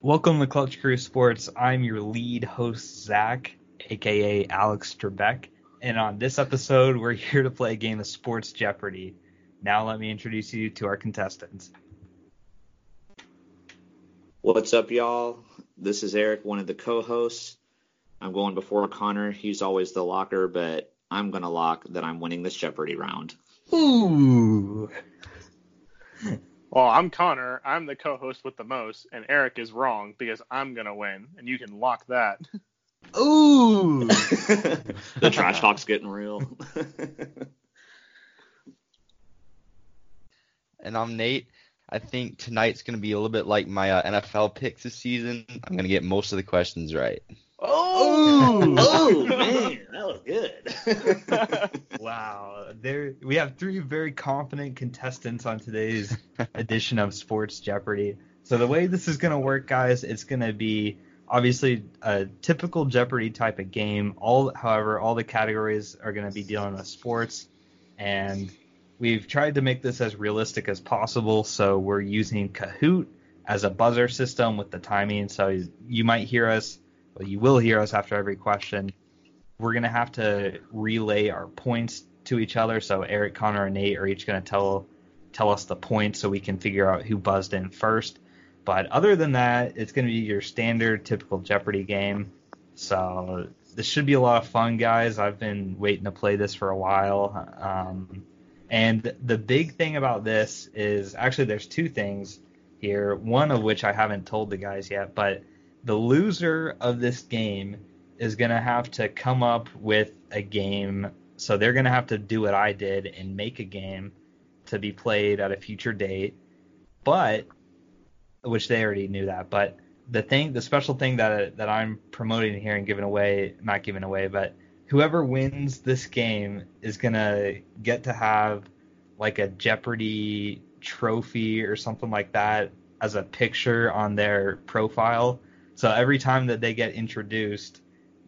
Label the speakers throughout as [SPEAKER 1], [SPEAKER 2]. [SPEAKER 1] Welcome to Clutch Crew Sports. I'm your lead host, Zach, aka Alex Trebek, and on this episode, we're here to play a game of Sports Jeopardy. Now, let me introduce you to our contestants.
[SPEAKER 2] What's up, y'all? This is Eric, one of the co-hosts. I'm going before Connor. He's always the locker, but I'm gonna lock that I'm winning this Jeopardy round.
[SPEAKER 1] Ooh.
[SPEAKER 3] Well, I'm Connor. I'm the co-host with the most, and Eric is wrong because I'm gonna win, and you can lock that.
[SPEAKER 1] Ooh.
[SPEAKER 2] the trash talk's getting real.
[SPEAKER 4] and I'm Nate. I think tonight's going to be a little bit like my uh, NFL picks this season. I'm going to get most of the questions right.
[SPEAKER 2] oh, oh man, that was good.
[SPEAKER 1] Wow. There we have three very confident contestants on today's edition of Sports Jeopardy. So the way this is going to work, guys, it's going to be obviously a typical Jeopardy type of game. All, however, all the categories are going to be dealing with sports, and we've tried to make this as realistic as possible. So we're using Kahoot as a buzzer system with the timing. So you- you might hear us, well, you will hear us after every question we're gonna have to relay our points to each other. So Eric, Connor, and Nate are each gonna tell tell us the points so we can figure out who buzzed in first. But other than that, it's gonna be your standard typical Jeopardy game. So this should be a lot of fun, guys. I've been waiting to play this for a while. Um, and the big thing about this is actually there's two things here. One of which I haven't told the guys yet, but the loser of this game is going to have to come up with a game. So they're going to have to do what I did and make a game to be played at a future date. But which they already knew that, but the thing the special thing that that I'm promoting here and giving away, not giving away, but whoever wins this game is going to get to have like a Jeopardy trophy or something like that as a picture on their profile. So every time that they get introduced,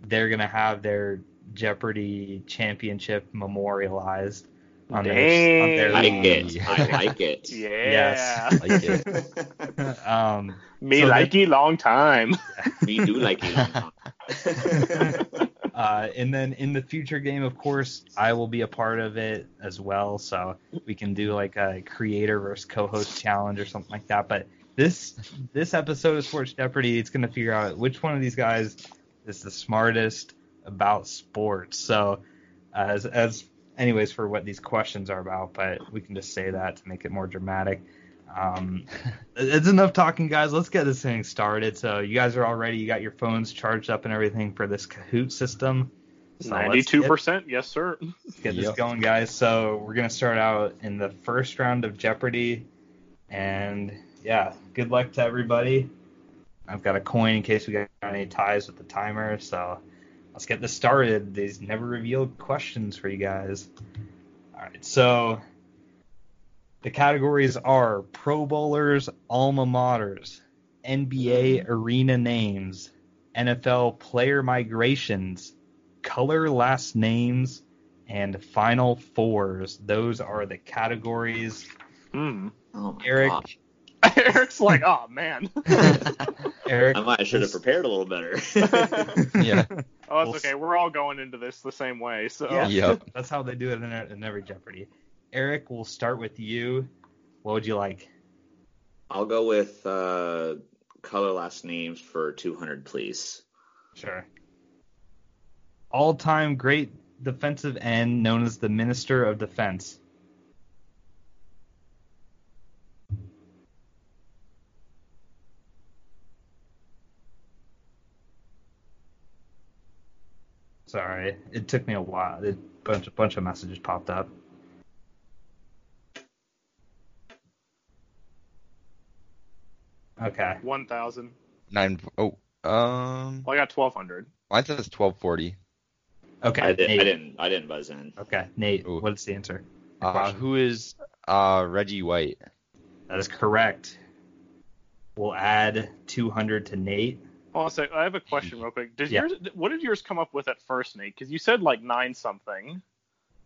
[SPEAKER 1] they're gonna have their Jeopardy championship memorialized on their on their
[SPEAKER 2] I like
[SPEAKER 4] Dang.
[SPEAKER 2] it. I like it.
[SPEAKER 3] Yeah.
[SPEAKER 1] Yes.
[SPEAKER 4] Like it.
[SPEAKER 1] um
[SPEAKER 3] Me
[SPEAKER 1] So
[SPEAKER 3] like ye long time.
[SPEAKER 2] We do like it.
[SPEAKER 1] uh and then in the future game of course I will be a part of it as well so we can do like a creator versus co-host challenge or something like that but this this episode of Sports Jeopardy it's going to figure out which one of these guys is the smartest about sports so as as anyways for what these questions are about but we can just say that to make it more dramatic um it's enough talking guys let's get this thing started so you guys are all ready you got your phones charged up and everything for this kahoot system So let's
[SPEAKER 3] Ninety-two percent. Yes, sir.
[SPEAKER 1] get, get this
[SPEAKER 4] Yep.
[SPEAKER 1] going guys so we're gonna start out in the first round of jeopardy and yeah good luck to everybody i've got a coin in case we got any ties with the timer so let's get this started these never revealed questions for you guys all right so the categories are Pro Bowlers, alma maters, NBA arena names, NFL player migrations, color last names, and final fours. Those are the categories.
[SPEAKER 3] Hmm.
[SPEAKER 2] Oh my
[SPEAKER 1] Eric,
[SPEAKER 2] gosh.
[SPEAKER 3] Eric's like, oh man.
[SPEAKER 1] Eric,
[SPEAKER 2] I might I should have prepared a little better.
[SPEAKER 4] Yeah.
[SPEAKER 3] Oh, it's
[SPEAKER 1] Well, s-
[SPEAKER 3] okay. We're all going into this the same way. So
[SPEAKER 1] Yeah.
[SPEAKER 4] Yep.
[SPEAKER 1] that's how they do it in, in every Jeopardy. Eric, we'll start with you. What would you like?
[SPEAKER 2] I'll go with uh, color last names for 200, please.
[SPEAKER 1] Sure. All time great defensive end known as the Minister of Defense. Sorry, it took me a while. A bunch, a bunch of messages popped up. Okay.
[SPEAKER 3] one thousand.
[SPEAKER 4] Nine. Oh. Um.
[SPEAKER 3] Well, I got twelve hundred.
[SPEAKER 4] Mine says twelve forty.
[SPEAKER 1] Okay.
[SPEAKER 2] I, did,
[SPEAKER 1] Nate.
[SPEAKER 2] I didn't. I didn't buzz in.
[SPEAKER 1] Okay, Nate.
[SPEAKER 4] Ooh.
[SPEAKER 1] What's the answer?
[SPEAKER 4] Uh, who is uh Reggie White?
[SPEAKER 1] That is correct. We'll add 200 to Nate.
[SPEAKER 3] Also, Oh, I have a question real quick. Did
[SPEAKER 1] Yeah.
[SPEAKER 3] yours? What did yours come up with at first, Nate? Because you said like nine something.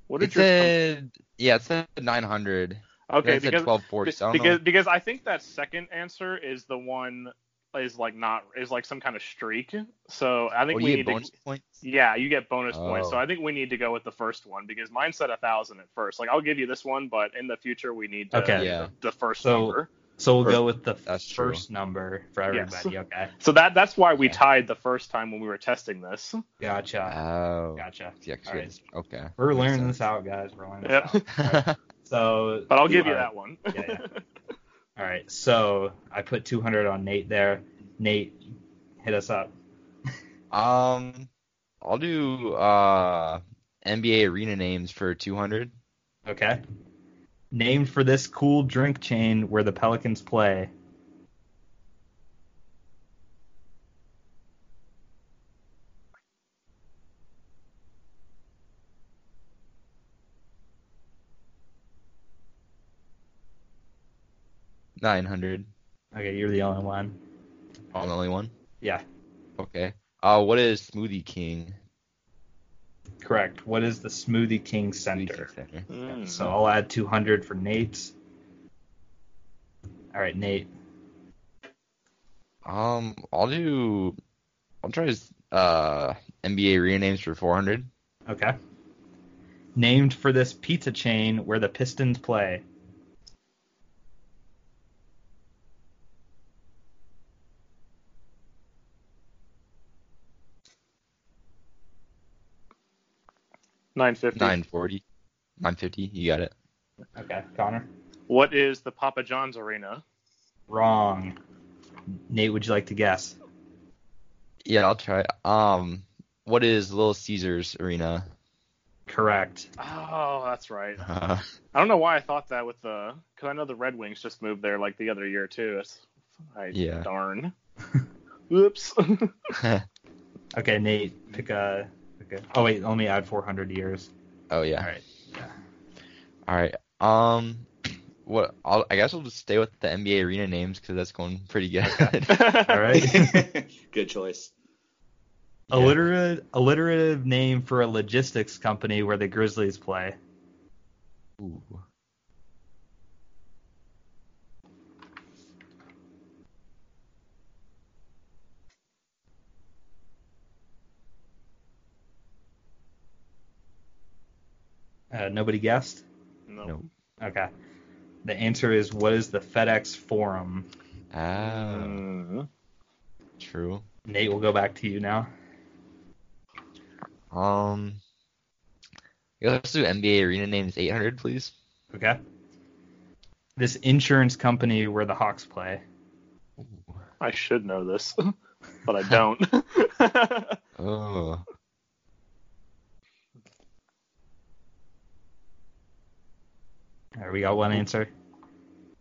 [SPEAKER 3] What did
[SPEAKER 4] it
[SPEAKER 3] yours?
[SPEAKER 4] said. Yeah, it said nine hundred.
[SPEAKER 3] come... Okay,
[SPEAKER 4] it said
[SPEAKER 3] because
[SPEAKER 4] twelve forty.
[SPEAKER 3] Be- because because I think that second answer is the one is like not is like some kind of streak. So I think
[SPEAKER 4] Oh,
[SPEAKER 3] we
[SPEAKER 4] you
[SPEAKER 3] need
[SPEAKER 4] get bonus
[SPEAKER 3] to
[SPEAKER 4] points.
[SPEAKER 3] yeah, you get bonus points. So
[SPEAKER 4] Oh.
[SPEAKER 3] I think we need to go with the first one because mine said a thousand at first. Like I'll give you this one, but in the future we need to,
[SPEAKER 1] Okay.
[SPEAKER 4] Yeah.
[SPEAKER 3] the first
[SPEAKER 1] So-
[SPEAKER 3] number.
[SPEAKER 1] So we'll
[SPEAKER 4] First-
[SPEAKER 1] go with the
[SPEAKER 4] that's true.
[SPEAKER 1] first number for
[SPEAKER 3] Yes.
[SPEAKER 1] everybody. Okay.
[SPEAKER 3] So that that's why we
[SPEAKER 4] Yeah.
[SPEAKER 3] tied the first time when we were testing this.
[SPEAKER 1] Gotcha.
[SPEAKER 4] Oh.
[SPEAKER 1] Gotcha.
[SPEAKER 4] Yeah, 'cause
[SPEAKER 1] All
[SPEAKER 4] we
[SPEAKER 1] right.
[SPEAKER 4] had- Okay.
[SPEAKER 1] We're
[SPEAKER 4] Makes
[SPEAKER 1] learning
[SPEAKER 4] sense.
[SPEAKER 1] this out, guys. We're learning this
[SPEAKER 3] Yep.
[SPEAKER 1] out. So,
[SPEAKER 3] But I'll give you
[SPEAKER 1] All right.
[SPEAKER 3] that one.
[SPEAKER 1] Yeah, yeah. All right. So I put 200 on Nate there. Nate, hit us up.
[SPEAKER 4] um, I'll do uh NBA arena names for 200.
[SPEAKER 1] Okay. Named for this cool drink chain where the Pelicans play.
[SPEAKER 4] Nine hundred.
[SPEAKER 1] Okay, you're the only one.
[SPEAKER 4] I'm the only one.
[SPEAKER 1] Yeah,
[SPEAKER 4] Okay. Uh, what is Smoothie King?
[SPEAKER 1] correct. What is the Smoothie King
[SPEAKER 4] Smoothie King
[SPEAKER 1] Center?
[SPEAKER 4] Center.
[SPEAKER 2] Mm.
[SPEAKER 1] So I'll add 200 for Nate's. All right, Nate.
[SPEAKER 4] Um, I'll do. I'll try his uh NBA arena names for 400.
[SPEAKER 1] Okay. Named for this pizza chain where the Pistons play.
[SPEAKER 3] Nine fifty.
[SPEAKER 4] 940. 950. You got it.
[SPEAKER 1] Okay, Connor.
[SPEAKER 3] What is the Papa John's arena?
[SPEAKER 1] Wrong. Nate, would you like to guess?
[SPEAKER 4] Yeah, I'll try. Um, what is Little Caesars arena?
[SPEAKER 1] Correct.
[SPEAKER 3] Oh, that's right.
[SPEAKER 4] Uh,
[SPEAKER 3] I don't know why I thought that with the because I know the Red Wings just moved there like the other year too. It's, I,
[SPEAKER 4] Yeah.
[SPEAKER 3] Darn. Oops.
[SPEAKER 1] Okay, Nate, pick a. Okay. Oh wait, let me add 400 to yours.
[SPEAKER 4] oh yeah.
[SPEAKER 1] All right.
[SPEAKER 4] All right. Um, what? I'll, I guess we'll just stay with the NBA arena names because that's going pretty good.
[SPEAKER 1] All right.
[SPEAKER 2] Good choice.
[SPEAKER 4] Yeah.
[SPEAKER 1] Alliterative, alliterative name for a logistics company where the Grizzlies play.
[SPEAKER 4] Ooh.
[SPEAKER 1] Uh, nobody guessed.
[SPEAKER 3] No.
[SPEAKER 4] Nope.
[SPEAKER 1] Okay. The answer is what is the FedEx Forum?
[SPEAKER 4] Ah,
[SPEAKER 3] Mm.
[SPEAKER 4] true.
[SPEAKER 1] Nate, we'll go back to you now.
[SPEAKER 4] Um, yeah, let's do NBA arena names 800, please.
[SPEAKER 1] Okay. This insurance company where the Hawks play.
[SPEAKER 3] I should know this, but I don't.
[SPEAKER 4] Oh.
[SPEAKER 1] All right, we got one answer.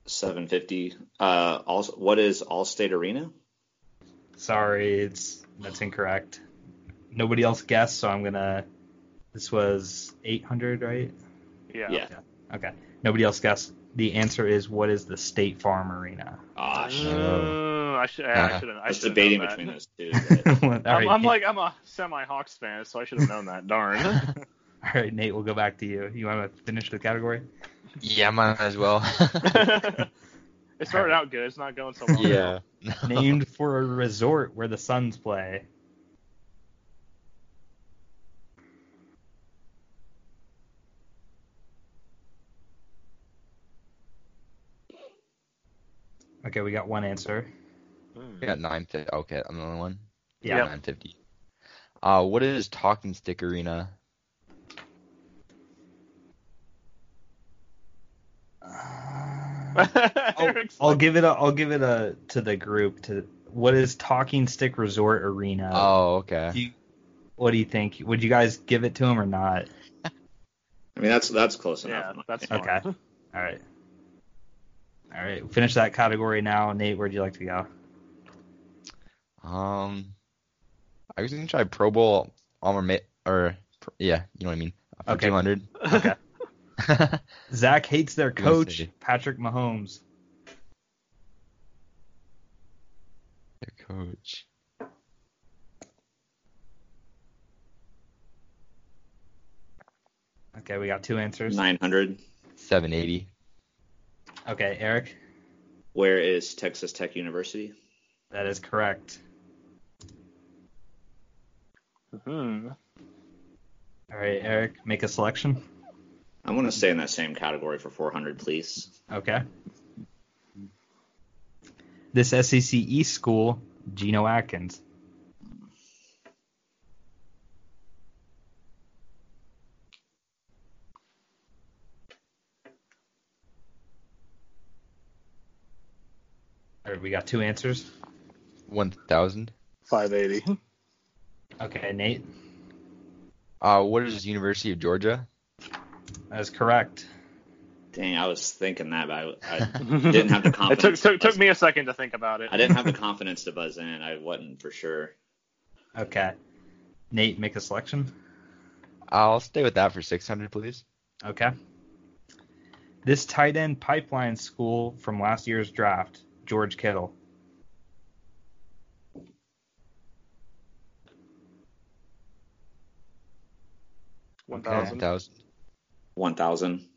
[SPEAKER 2] 750. Uh, also, what is Allstate Arena?
[SPEAKER 1] Sorry, it's that's incorrect. Nobody else guessed, so I'm gonna. This was 800, right?
[SPEAKER 3] yeah.
[SPEAKER 2] Yeah.
[SPEAKER 1] Okay. Nobody else guessed. The answer is what is the State Farm Arena?
[SPEAKER 2] Ah, shit.
[SPEAKER 3] Mm, I should. I
[SPEAKER 4] Uh,
[SPEAKER 3] should.
[SPEAKER 2] I
[SPEAKER 3] I
[SPEAKER 2] was
[SPEAKER 3] should.
[SPEAKER 2] debating between those two. but-
[SPEAKER 1] All
[SPEAKER 3] I'm,
[SPEAKER 1] right,
[SPEAKER 3] I'm
[SPEAKER 1] Nate-
[SPEAKER 3] like I'm a semi Hawks fan, so I should have known that. Darn.
[SPEAKER 1] All right, Nate, we'll go back to you. You want to finish the category?
[SPEAKER 4] Yeah, might as well.
[SPEAKER 3] it started out good. It's not going so well.
[SPEAKER 4] yeah.
[SPEAKER 1] Named for a resort where the Suns play. Okay, we got one answer.
[SPEAKER 2] Mm.
[SPEAKER 4] I got 950. Okay, I'm the only one.
[SPEAKER 1] Yeah.
[SPEAKER 3] Yep.
[SPEAKER 4] 950. Uh, what is Talking Stick Arena?
[SPEAKER 1] I'll,
[SPEAKER 3] Eric's
[SPEAKER 1] Uh, I'll
[SPEAKER 3] like,
[SPEAKER 1] give it. A, I'll give it a to the group. To what is Talking Stick Resort Arena?
[SPEAKER 4] Oh, okay.
[SPEAKER 1] Do you- what do you think? Would you guys give it to him or not?
[SPEAKER 2] I mean, that's that's close
[SPEAKER 3] yeah,
[SPEAKER 2] enough.
[SPEAKER 3] that's fine.
[SPEAKER 1] Okay. All right. All right. Finish that category now, Nate. Where'd you like to go?
[SPEAKER 4] Um, I was gonna try Pro Bowl Almer Ma- or pr- yeah, you know what I mean. Uh, For
[SPEAKER 1] Okay.
[SPEAKER 4] 200.
[SPEAKER 1] Okay. Zach hates their
[SPEAKER 4] Let me
[SPEAKER 1] coach,
[SPEAKER 4] see.
[SPEAKER 1] Patrick Mahomes.
[SPEAKER 4] Their coach.
[SPEAKER 1] Okay, we got two answers.
[SPEAKER 2] 900.
[SPEAKER 4] 780.
[SPEAKER 1] Okay, Eric.
[SPEAKER 2] Where is Texas Tech University?
[SPEAKER 1] That is correct.
[SPEAKER 3] Hmm.
[SPEAKER 1] All right, Eric, make a selection.
[SPEAKER 2] I'm going to stay in that same category for 400, please.
[SPEAKER 1] Okay. This SEC East school, Geno Atkins. All right, we got two answers.
[SPEAKER 4] One thousand.
[SPEAKER 3] 580.
[SPEAKER 1] Okay, Nate,
[SPEAKER 4] Uh, what is University of Georgia?
[SPEAKER 1] that is correct.
[SPEAKER 2] Dang, I was thinking that, but I, I didn't have the
[SPEAKER 3] It took,
[SPEAKER 2] confidence.
[SPEAKER 3] took,
[SPEAKER 2] to buzz-
[SPEAKER 3] took me a second to think about it.
[SPEAKER 2] I didn't have the confidence to buzz in. I wasn't for sure.
[SPEAKER 1] Okay, Nate, make a selection.
[SPEAKER 4] I'll stay with that for six hundred, please.
[SPEAKER 1] Okay. This tight end pipeline school from last year's draft, George Kittle. Okay.
[SPEAKER 3] 1,000.
[SPEAKER 4] One thousand.
[SPEAKER 2] 1,000.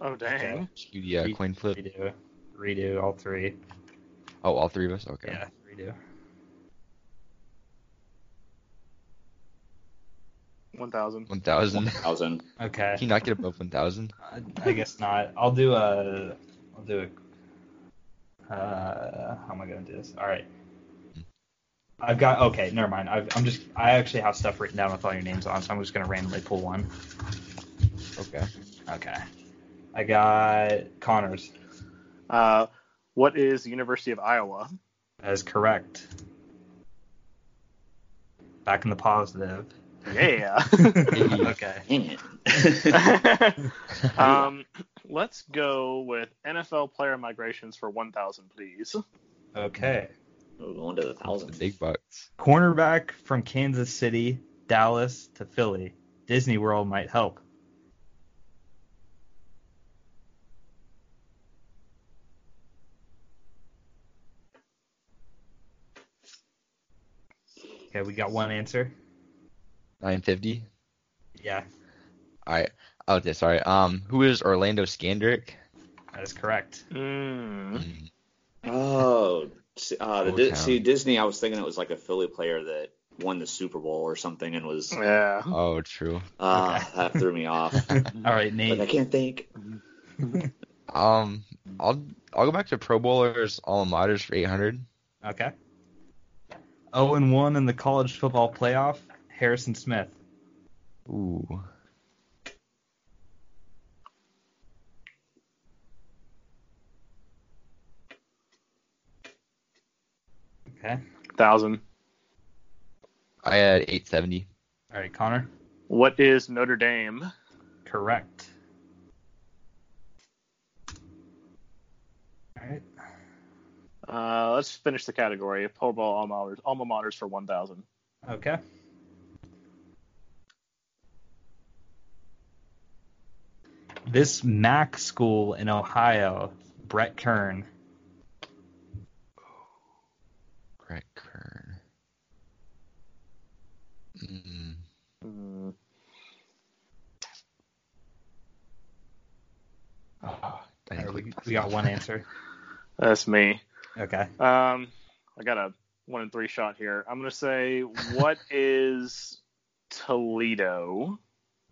[SPEAKER 3] Oh, dang.
[SPEAKER 4] Yeah, coin flip.
[SPEAKER 1] Redo, redo all three.
[SPEAKER 4] Oh, all three of us. Okay.
[SPEAKER 1] Yeah, redo.
[SPEAKER 3] 1,000.
[SPEAKER 4] One thousand.
[SPEAKER 2] 1,000.
[SPEAKER 1] Okay,
[SPEAKER 4] Can you not get above one thousand?
[SPEAKER 1] I, I guess not. I'll do a. I'll do a. Uh, how am I gonna do this? All right. I've got okay. Never mind. I've, I'm just. I actually have stuff written down with all your names on, so I'm just gonna randomly pull one.
[SPEAKER 4] Okay.
[SPEAKER 1] Okay. I got Connors.
[SPEAKER 3] Uh, what is the University of Iowa?
[SPEAKER 1] That is correct. Back in the positive.
[SPEAKER 3] Yeah.
[SPEAKER 1] okay.
[SPEAKER 2] Dang it.
[SPEAKER 3] um, let's go with NFL player migrations for 1,000, please.
[SPEAKER 1] Okay.
[SPEAKER 2] We're going to the
[SPEAKER 4] The
[SPEAKER 2] 1,000.
[SPEAKER 4] big bucks.
[SPEAKER 1] Cornerback from Kansas City, Dallas to Philly. Disney World might help. Okay, we got one answer.
[SPEAKER 4] Nine fifty.
[SPEAKER 1] Yeah,
[SPEAKER 4] All right. Okay. Sorry. Um, who is Orlando Scandrick?
[SPEAKER 1] that is correct. Hmm?
[SPEAKER 3] Mm.
[SPEAKER 4] Mm,
[SPEAKER 2] Oh, see, uh, the,
[SPEAKER 4] Old
[SPEAKER 2] Di-
[SPEAKER 4] Town.
[SPEAKER 2] see, Disney, I was thinking it was like a Philly player that won the Super Bowl or something and was.
[SPEAKER 3] Yeah.
[SPEAKER 4] Oh, true.
[SPEAKER 2] Uh,
[SPEAKER 1] Okay.
[SPEAKER 2] That threw me off.
[SPEAKER 1] All right,
[SPEAKER 2] Like, I
[SPEAKER 1] Nate.
[SPEAKER 2] can't think.
[SPEAKER 4] Um, I'll I'll go back to Pro Bowlers alma maters for eight hundred.
[SPEAKER 1] Okay. 0 and 1 in the college football playoff, Harrison Smith.
[SPEAKER 4] Ooh.
[SPEAKER 1] Okay.
[SPEAKER 3] 1,000.
[SPEAKER 4] I had eight seventy.
[SPEAKER 1] All right, Connor.
[SPEAKER 3] What is Notre Dame?
[SPEAKER 1] Correct. All right.
[SPEAKER 3] Uh, let's finish the category. Pro Bowl alma maters, alma maters for 1,000.
[SPEAKER 1] Okay. This MAC school in Ohio, Brett Kern.
[SPEAKER 4] Brett Kern. Mm,
[SPEAKER 3] Mm.
[SPEAKER 4] oh, I
[SPEAKER 1] All
[SPEAKER 4] didn't
[SPEAKER 1] right,
[SPEAKER 4] click
[SPEAKER 1] we,
[SPEAKER 4] past
[SPEAKER 1] we got
[SPEAKER 4] that.
[SPEAKER 1] one answer.
[SPEAKER 3] That's me.
[SPEAKER 1] Okay.
[SPEAKER 3] Um, I got a one in three shot here. I'm gonna say, what is Toledo?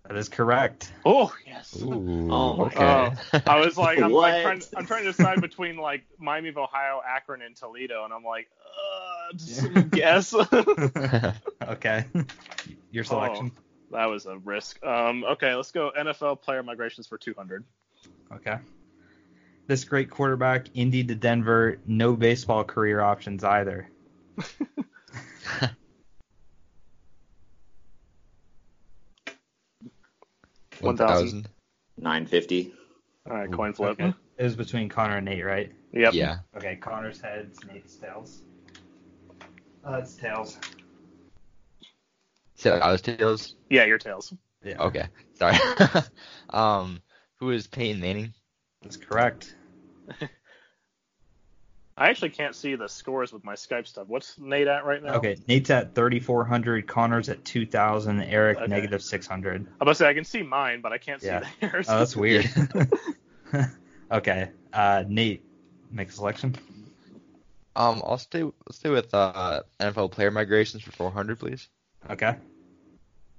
[SPEAKER 1] That is correct.
[SPEAKER 3] Oh yes.
[SPEAKER 4] Ooh.
[SPEAKER 2] Oh my
[SPEAKER 4] okay.
[SPEAKER 3] I was like, I'm like
[SPEAKER 2] What?
[SPEAKER 3] trying, I'm trying to decide between like Miami of Ohio, Akron, and Toledo, and I'm like, uh, just guess. that
[SPEAKER 1] okay. Your selection.
[SPEAKER 3] was a risk. Um, okay, let's go NFL player migrations for 200.
[SPEAKER 1] Okay. This great quarterback, Indy to Denver, no baseball career options either.
[SPEAKER 4] One
[SPEAKER 3] 1,000.
[SPEAKER 4] thousand.
[SPEAKER 2] 950.
[SPEAKER 3] All right,
[SPEAKER 4] Ooh,
[SPEAKER 3] coin flip.
[SPEAKER 1] Okay. It was between Connor and Nate, right?
[SPEAKER 3] Yep.
[SPEAKER 4] Yeah.
[SPEAKER 1] Okay, Connor's heads, Nate's tails. Uh, it's tails.
[SPEAKER 4] So I was tails.
[SPEAKER 3] Yeah, your tails.
[SPEAKER 1] Yeah.
[SPEAKER 4] Okay. Sorry. um, who is Peyton Manning?
[SPEAKER 1] That's correct.
[SPEAKER 3] I actually can't see the scores with my Skype stuff. What's Nate at right now?
[SPEAKER 1] Okay, Nate's at 3,400, Connor's at 2,000, Eric
[SPEAKER 3] Okay.
[SPEAKER 1] negative 600.
[SPEAKER 3] I'm about to say I can see mine, but I can't see
[SPEAKER 1] Yeah.
[SPEAKER 3] theirs.
[SPEAKER 1] Oh, that's weird. okay, uh, Nate, make a selection.
[SPEAKER 4] Um, I'll stay stay with uh, NFL player migrations for 400, please.
[SPEAKER 1] Okay.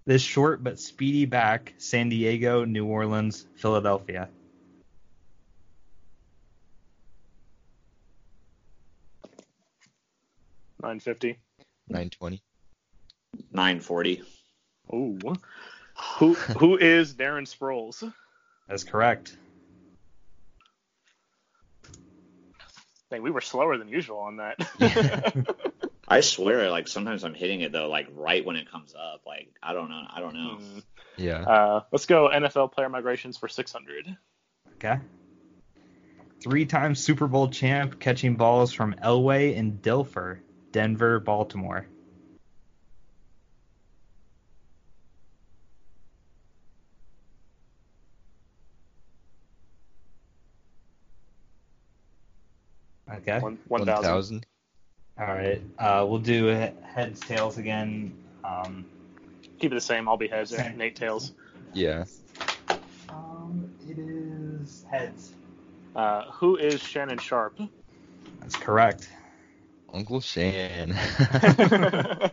[SPEAKER 1] This short but speedy back San Diego, New Orleans, Philadelphia.
[SPEAKER 3] Nine fifty.
[SPEAKER 4] 920.
[SPEAKER 2] 940.
[SPEAKER 3] Ooh. Who who is Darren Sproles?
[SPEAKER 1] That's correct.
[SPEAKER 3] Dang, we were slower than usual on that.
[SPEAKER 2] I swear, like sometimes I'm hitting it though, like right when it comes up. Like I don't know, I don't know.
[SPEAKER 3] Mm.
[SPEAKER 4] Yeah.
[SPEAKER 3] Uh, let's go NFL player migrations for six hundred.
[SPEAKER 1] Okay. Three time Super Bowl champ catching balls from Elway and Dilfer, Denver, Baltimore. Okay.
[SPEAKER 3] One one thousand.
[SPEAKER 1] All right. Uh, we'll do he- heads, tails again. Um,
[SPEAKER 3] Keep it the same. I'll be heads.
[SPEAKER 1] Same.
[SPEAKER 3] Nate tails.
[SPEAKER 4] Yeah.
[SPEAKER 1] um, it is heads.
[SPEAKER 3] Uh, who is Shannon Sharp?
[SPEAKER 1] That's correct.
[SPEAKER 4] Uncle Shan.
[SPEAKER 3] uh,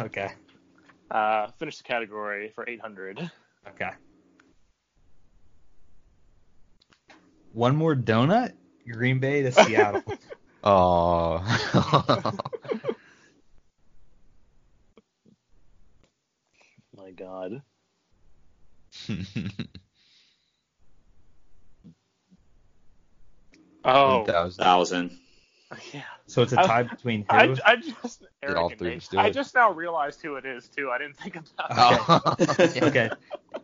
[SPEAKER 1] okay.
[SPEAKER 3] finish the category for eight hundred.
[SPEAKER 1] Okay. One more donut? Green Bay to Seattle.
[SPEAKER 4] oh.
[SPEAKER 3] My God. Oh.
[SPEAKER 4] 1000.
[SPEAKER 2] Thousand.
[SPEAKER 3] Yeah.
[SPEAKER 1] so it's a tie between who?
[SPEAKER 3] I, I just Eric
[SPEAKER 4] all
[SPEAKER 3] and
[SPEAKER 4] three of
[SPEAKER 3] Nate,
[SPEAKER 4] us do
[SPEAKER 3] I
[SPEAKER 4] it?
[SPEAKER 3] just now realized who it is too. I didn't think about it.
[SPEAKER 4] Oh.
[SPEAKER 1] okay.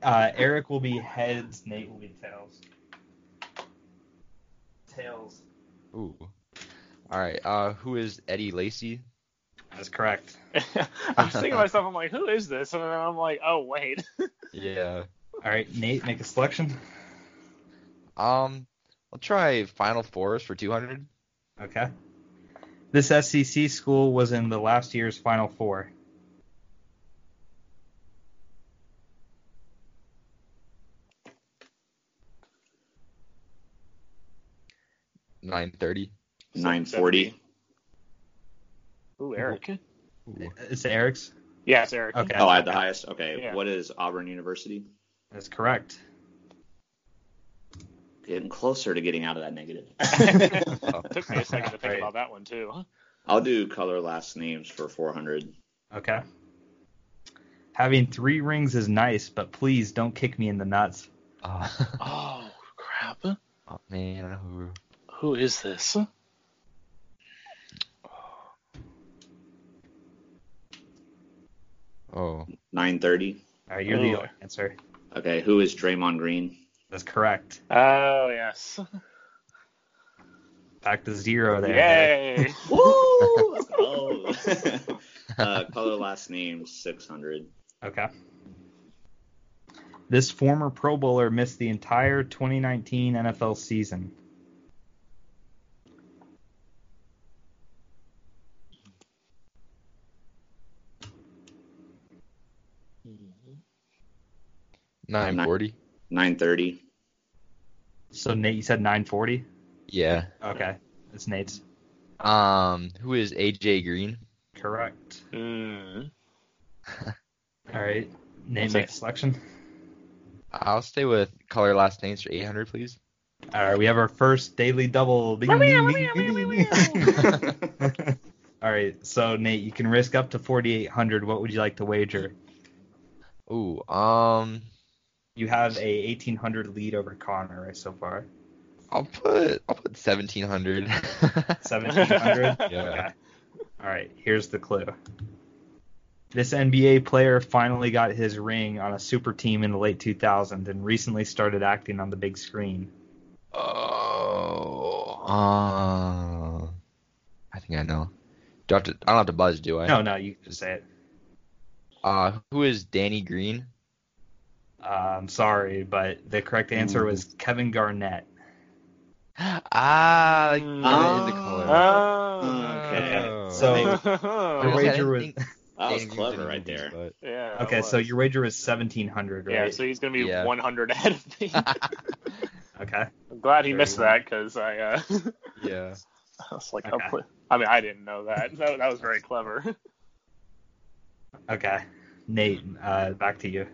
[SPEAKER 1] Uh, Eric will be heads. Nate will be tails. Tails.
[SPEAKER 4] Ooh. All right. Uh, who is Eddie Lacy?
[SPEAKER 1] That's correct.
[SPEAKER 3] I was thinking to myself, I'm like, who is this? And then I'm like, oh wait.
[SPEAKER 4] Yeah.
[SPEAKER 1] All right, Nate, make a selection.
[SPEAKER 4] Um, I'll try Final Fours for 200.
[SPEAKER 1] Okay. This SEC school was in the last year's Final Four.
[SPEAKER 4] Nine thirty.
[SPEAKER 2] 940.
[SPEAKER 3] Ooh, Eric.
[SPEAKER 1] It's Eric's.
[SPEAKER 3] Yeah, it's Eric.
[SPEAKER 1] Okay.
[SPEAKER 2] Oh, I had the highest. Okay.
[SPEAKER 3] Yeah.
[SPEAKER 2] What is Auburn University?
[SPEAKER 1] That's correct.
[SPEAKER 2] Getting closer to getting out of that negative.
[SPEAKER 3] Took me a second to think
[SPEAKER 1] Right.
[SPEAKER 3] about that one too.
[SPEAKER 2] I'll do color last names for 400.
[SPEAKER 1] Okay. Having three rings is nice, but please don't kick me in the nuts.
[SPEAKER 4] Oh,
[SPEAKER 3] Oh crap.
[SPEAKER 4] oh, man, I know who.
[SPEAKER 3] Who is this?
[SPEAKER 4] Oh,
[SPEAKER 2] 930.
[SPEAKER 1] All right, you're the
[SPEAKER 3] Oh.
[SPEAKER 1] only answer.
[SPEAKER 2] Okay. Who is Draymond Green?
[SPEAKER 1] That's correct.
[SPEAKER 3] Oh yes.
[SPEAKER 1] Back to zero there. Eric.
[SPEAKER 3] Yay.
[SPEAKER 2] Woo! Let's go.
[SPEAKER 3] Oh.
[SPEAKER 2] uh, color last name 600.
[SPEAKER 1] Okay. This former Pro Bowler missed the entire 2019 NFL season.
[SPEAKER 4] nine forty.
[SPEAKER 2] 930.
[SPEAKER 1] So Nate, you said 940.
[SPEAKER 4] Yeah.
[SPEAKER 1] Okay, that's Nate's.
[SPEAKER 4] Um, who is AJ Green?
[SPEAKER 1] Correct.
[SPEAKER 3] Mm.
[SPEAKER 1] All right, Nate
[SPEAKER 3] That's
[SPEAKER 1] make
[SPEAKER 3] it.
[SPEAKER 1] a selection.
[SPEAKER 4] I'll stay with color last names for 800, please.
[SPEAKER 1] All right, we have our first daily double. Bing, bing, bing, bing, bing. All right, so Nate, you can risk up to 4,800. What would you like to wager?
[SPEAKER 4] Ooh, um,
[SPEAKER 1] You have a 1,800 lead over Connor right so far.
[SPEAKER 4] I'll put I'll put 1700.
[SPEAKER 1] 1,700.
[SPEAKER 4] Yeah.
[SPEAKER 1] Okay. All right, here's the clue. This NBA player finally got his ring on a super team in the late 2000s and recently started acting on the big screen.
[SPEAKER 4] oh, uh, I think I know. Do I, have to, I don't have to buzz, do I?
[SPEAKER 1] No, no, you can just say it.
[SPEAKER 4] Uh, who is Danny Green?
[SPEAKER 1] Uh, I'm sorry, but the correct
[SPEAKER 3] Mm.
[SPEAKER 1] answer was Kevin Garnett.
[SPEAKER 4] Ah, like,
[SPEAKER 3] Mm.
[SPEAKER 4] kinda in the color.
[SPEAKER 2] okay.
[SPEAKER 3] Oh.
[SPEAKER 1] So-
[SPEAKER 4] I
[SPEAKER 1] Your
[SPEAKER 4] guess I
[SPEAKER 1] wager
[SPEAKER 4] didn't
[SPEAKER 1] was-
[SPEAKER 4] think
[SPEAKER 2] That was
[SPEAKER 4] Danny Green's in
[SPEAKER 2] clever
[SPEAKER 4] the
[SPEAKER 2] right
[SPEAKER 4] movies,
[SPEAKER 2] there.
[SPEAKER 4] but-
[SPEAKER 3] yeah.
[SPEAKER 1] Okay,
[SPEAKER 3] it
[SPEAKER 1] so
[SPEAKER 3] was.
[SPEAKER 1] your wager was 1700, right?
[SPEAKER 3] Yeah, so he's gonna be
[SPEAKER 4] Yeah.
[SPEAKER 3] 100 ahead of me.
[SPEAKER 4] Yeah.
[SPEAKER 1] okay.
[SPEAKER 3] I'm glad he
[SPEAKER 4] Very
[SPEAKER 3] missed
[SPEAKER 4] well.
[SPEAKER 3] that because I uh,
[SPEAKER 4] Yeah.
[SPEAKER 3] I was like,
[SPEAKER 1] Okay.
[SPEAKER 3] oh, pl- I mean, I didn't know that. That, that was very clever.
[SPEAKER 1] Okay, Nate, uh, back to you.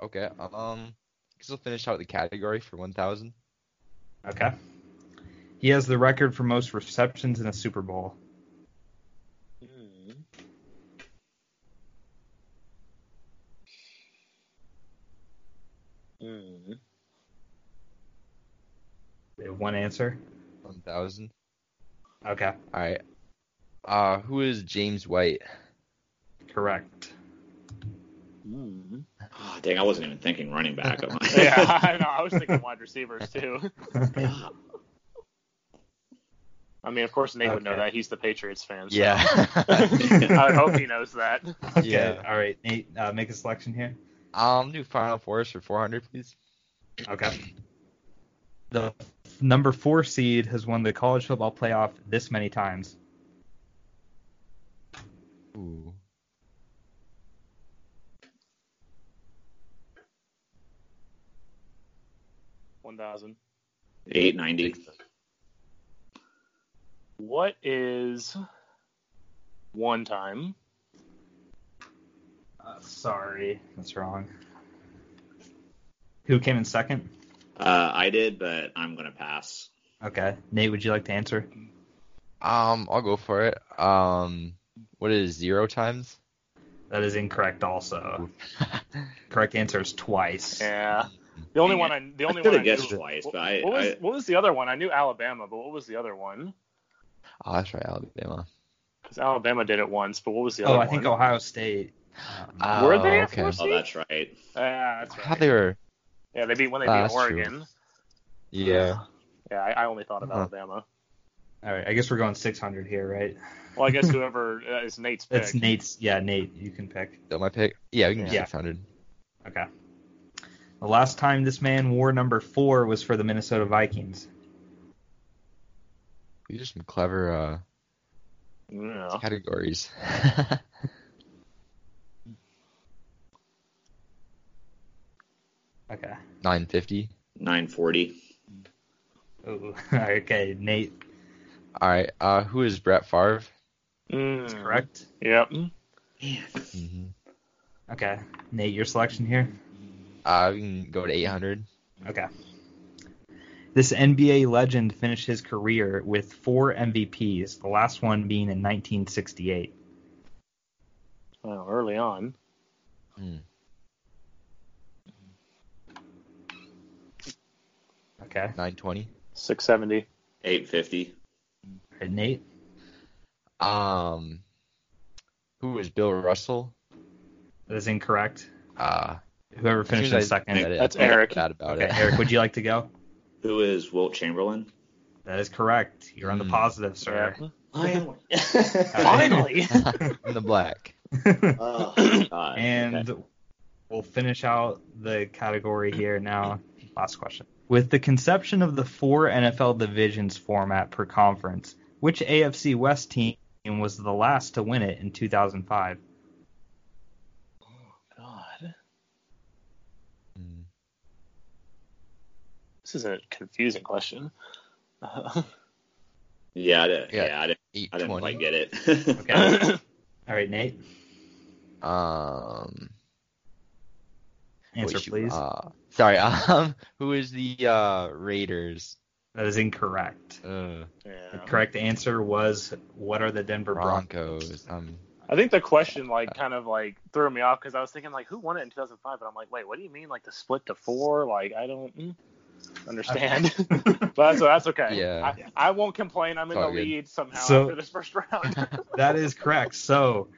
[SPEAKER 4] Okay. Um, because we'll finish out the category for 1,000.
[SPEAKER 1] Okay. He has the record for most receptions in a Super Bowl.
[SPEAKER 3] Hmm.
[SPEAKER 1] They have One answer.
[SPEAKER 4] 1,000.
[SPEAKER 1] Okay,
[SPEAKER 4] All right. Uh, who is James White?
[SPEAKER 1] correct.
[SPEAKER 2] Oh, dang, I wasn't even thinking running back. I'm like-
[SPEAKER 3] yeah, I know. I was thinking wide receivers too. I mean, of course, Nate would know
[SPEAKER 1] Okay.
[SPEAKER 3] that. He's the Patriots fan. so-
[SPEAKER 4] Yeah.
[SPEAKER 3] I hope he knows that.
[SPEAKER 1] Okay.
[SPEAKER 4] Yeah.
[SPEAKER 1] All right, Nate, uh, make a selection here.
[SPEAKER 4] um, do Final Force for 400, please.
[SPEAKER 1] Okay. The f- number four seed has won the college football playoff this many times.
[SPEAKER 4] Ooh.
[SPEAKER 3] One thousand.
[SPEAKER 2] 890.
[SPEAKER 3] What is one time?
[SPEAKER 1] Uh, sorry, that's wrong. Who came in second?
[SPEAKER 2] Uh, I did, but I'm going to pass.
[SPEAKER 1] Okay, Nate, would you like to answer?
[SPEAKER 4] Um, I'll go for it. Um, what is zero times?
[SPEAKER 1] That is incorrect. Also, correct answer is twice.
[SPEAKER 3] Yeah. The only
[SPEAKER 2] Dang
[SPEAKER 3] one I the
[SPEAKER 2] I
[SPEAKER 3] only
[SPEAKER 2] could
[SPEAKER 3] one I
[SPEAKER 2] have guessed
[SPEAKER 3] knew.
[SPEAKER 2] twice,
[SPEAKER 3] what,
[SPEAKER 2] but I,
[SPEAKER 3] what was
[SPEAKER 2] I
[SPEAKER 3] what was the other one? I knew Alabama, but what was the other one?
[SPEAKER 4] oh, that's right, Alabama.
[SPEAKER 3] Because Alabama did it once, but what was the other
[SPEAKER 1] Oh, I
[SPEAKER 3] one?
[SPEAKER 1] think Ohio State. Um,
[SPEAKER 3] Were
[SPEAKER 4] Oh,
[SPEAKER 3] they at
[SPEAKER 4] okay.
[SPEAKER 3] four seed?
[SPEAKER 2] oh, that's right.
[SPEAKER 3] Yeah,
[SPEAKER 4] I
[SPEAKER 3] Ah, that's
[SPEAKER 4] thought
[SPEAKER 3] right.
[SPEAKER 4] they were.
[SPEAKER 3] Yeah, they beat when they beat
[SPEAKER 4] Ah, that's true.
[SPEAKER 3] Oregon.
[SPEAKER 4] Yeah.
[SPEAKER 3] Yeah, I, I only thought of
[SPEAKER 1] Uh-huh.
[SPEAKER 4] Huh.
[SPEAKER 3] Alabama.
[SPEAKER 1] all right, I guess we're going 600 here, right?
[SPEAKER 3] Well, I guess whoever uh, is Nate's pick.
[SPEAKER 1] It's Nate's. Yeah, Nate, you can pick.
[SPEAKER 4] Is that my pick? Yeah, we can do
[SPEAKER 1] Yeah.
[SPEAKER 4] 600.
[SPEAKER 1] Okay. The last time this man wore number four was for the Minnesota Vikings.
[SPEAKER 4] These are some clever uh,
[SPEAKER 3] Yeah.
[SPEAKER 4] categories.
[SPEAKER 1] Okay.
[SPEAKER 4] 950.
[SPEAKER 2] 940.
[SPEAKER 1] Ooh. okay, Nate,
[SPEAKER 4] All right. Uh, who is Brett Favre?
[SPEAKER 3] Mm.
[SPEAKER 1] that's correct.
[SPEAKER 3] Yep.
[SPEAKER 2] Man.
[SPEAKER 4] Mm-hmm.
[SPEAKER 1] Okay, Nate, your selection here.
[SPEAKER 4] Uh, we can go to 800.
[SPEAKER 1] Okay. This NBA legend finished his career with four MVPs, the last one being in 1968.
[SPEAKER 3] Well, early on.
[SPEAKER 1] Okay.
[SPEAKER 4] 920.
[SPEAKER 3] 670.
[SPEAKER 2] 850.
[SPEAKER 1] All right, Nate,
[SPEAKER 4] Um, who is Bill Russell?
[SPEAKER 1] that is incorrect.
[SPEAKER 4] Uh,
[SPEAKER 1] Whoever finished in
[SPEAKER 4] as soon as I
[SPEAKER 1] second.
[SPEAKER 4] said it, I
[SPEAKER 3] That's
[SPEAKER 4] felt
[SPEAKER 3] Eric.
[SPEAKER 4] Bad about
[SPEAKER 1] Okay,
[SPEAKER 4] it.
[SPEAKER 1] Eric, would you like to go?
[SPEAKER 2] Who is Wilt Chamberlain?
[SPEAKER 1] That is correct. You're on the
[SPEAKER 4] Hmm.
[SPEAKER 1] positive, sir.
[SPEAKER 3] Finally.
[SPEAKER 4] In the black.
[SPEAKER 2] oh, God.
[SPEAKER 1] and we'll finish out the category here now. Last question. With the conception of the four NFL divisions format per conference, which AFC West team was the last to win it in 2005?
[SPEAKER 3] God.
[SPEAKER 4] Mm.
[SPEAKER 3] This is a confusing question. Uh,
[SPEAKER 2] yeah, I didn't,
[SPEAKER 4] Yeah.
[SPEAKER 2] yeah. I didn't, I didn't
[SPEAKER 4] 820.
[SPEAKER 2] quite get it.
[SPEAKER 1] Okay. All right, Nate,
[SPEAKER 4] Um,
[SPEAKER 1] answer
[SPEAKER 4] which,
[SPEAKER 1] please.
[SPEAKER 4] Uh, sorry. Um, who is the uh, Raiders?
[SPEAKER 1] that is incorrect.
[SPEAKER 4] Uh,
[SPEAKER 1] The
[SPEAKER 3] yeah.
[SPEAKER 1] correct answer was what are the Denver Broncos?
[SPEAKER 4] Broncos. Um,
[SPEAKER 3] I think the question like kind of like threw me off because I was thinking like who won it in 2005, but I'm like, wait, what do you mean like the split to four? Like I don't mm, understand. but that's, that's okay.
[SPEAKER 4] Yeah.
[SPEAKER 3] I, I won't complain. I'm in
[SPEAKER 4] It's
[SPEAKER 3] the
[SPEAKER 4] all good.
[SPEAKER 3] lead somehow
[SPEAKER 1] So-
[SPEAKER 3] after this first round.
[SPEAKER 1] That is correct. So,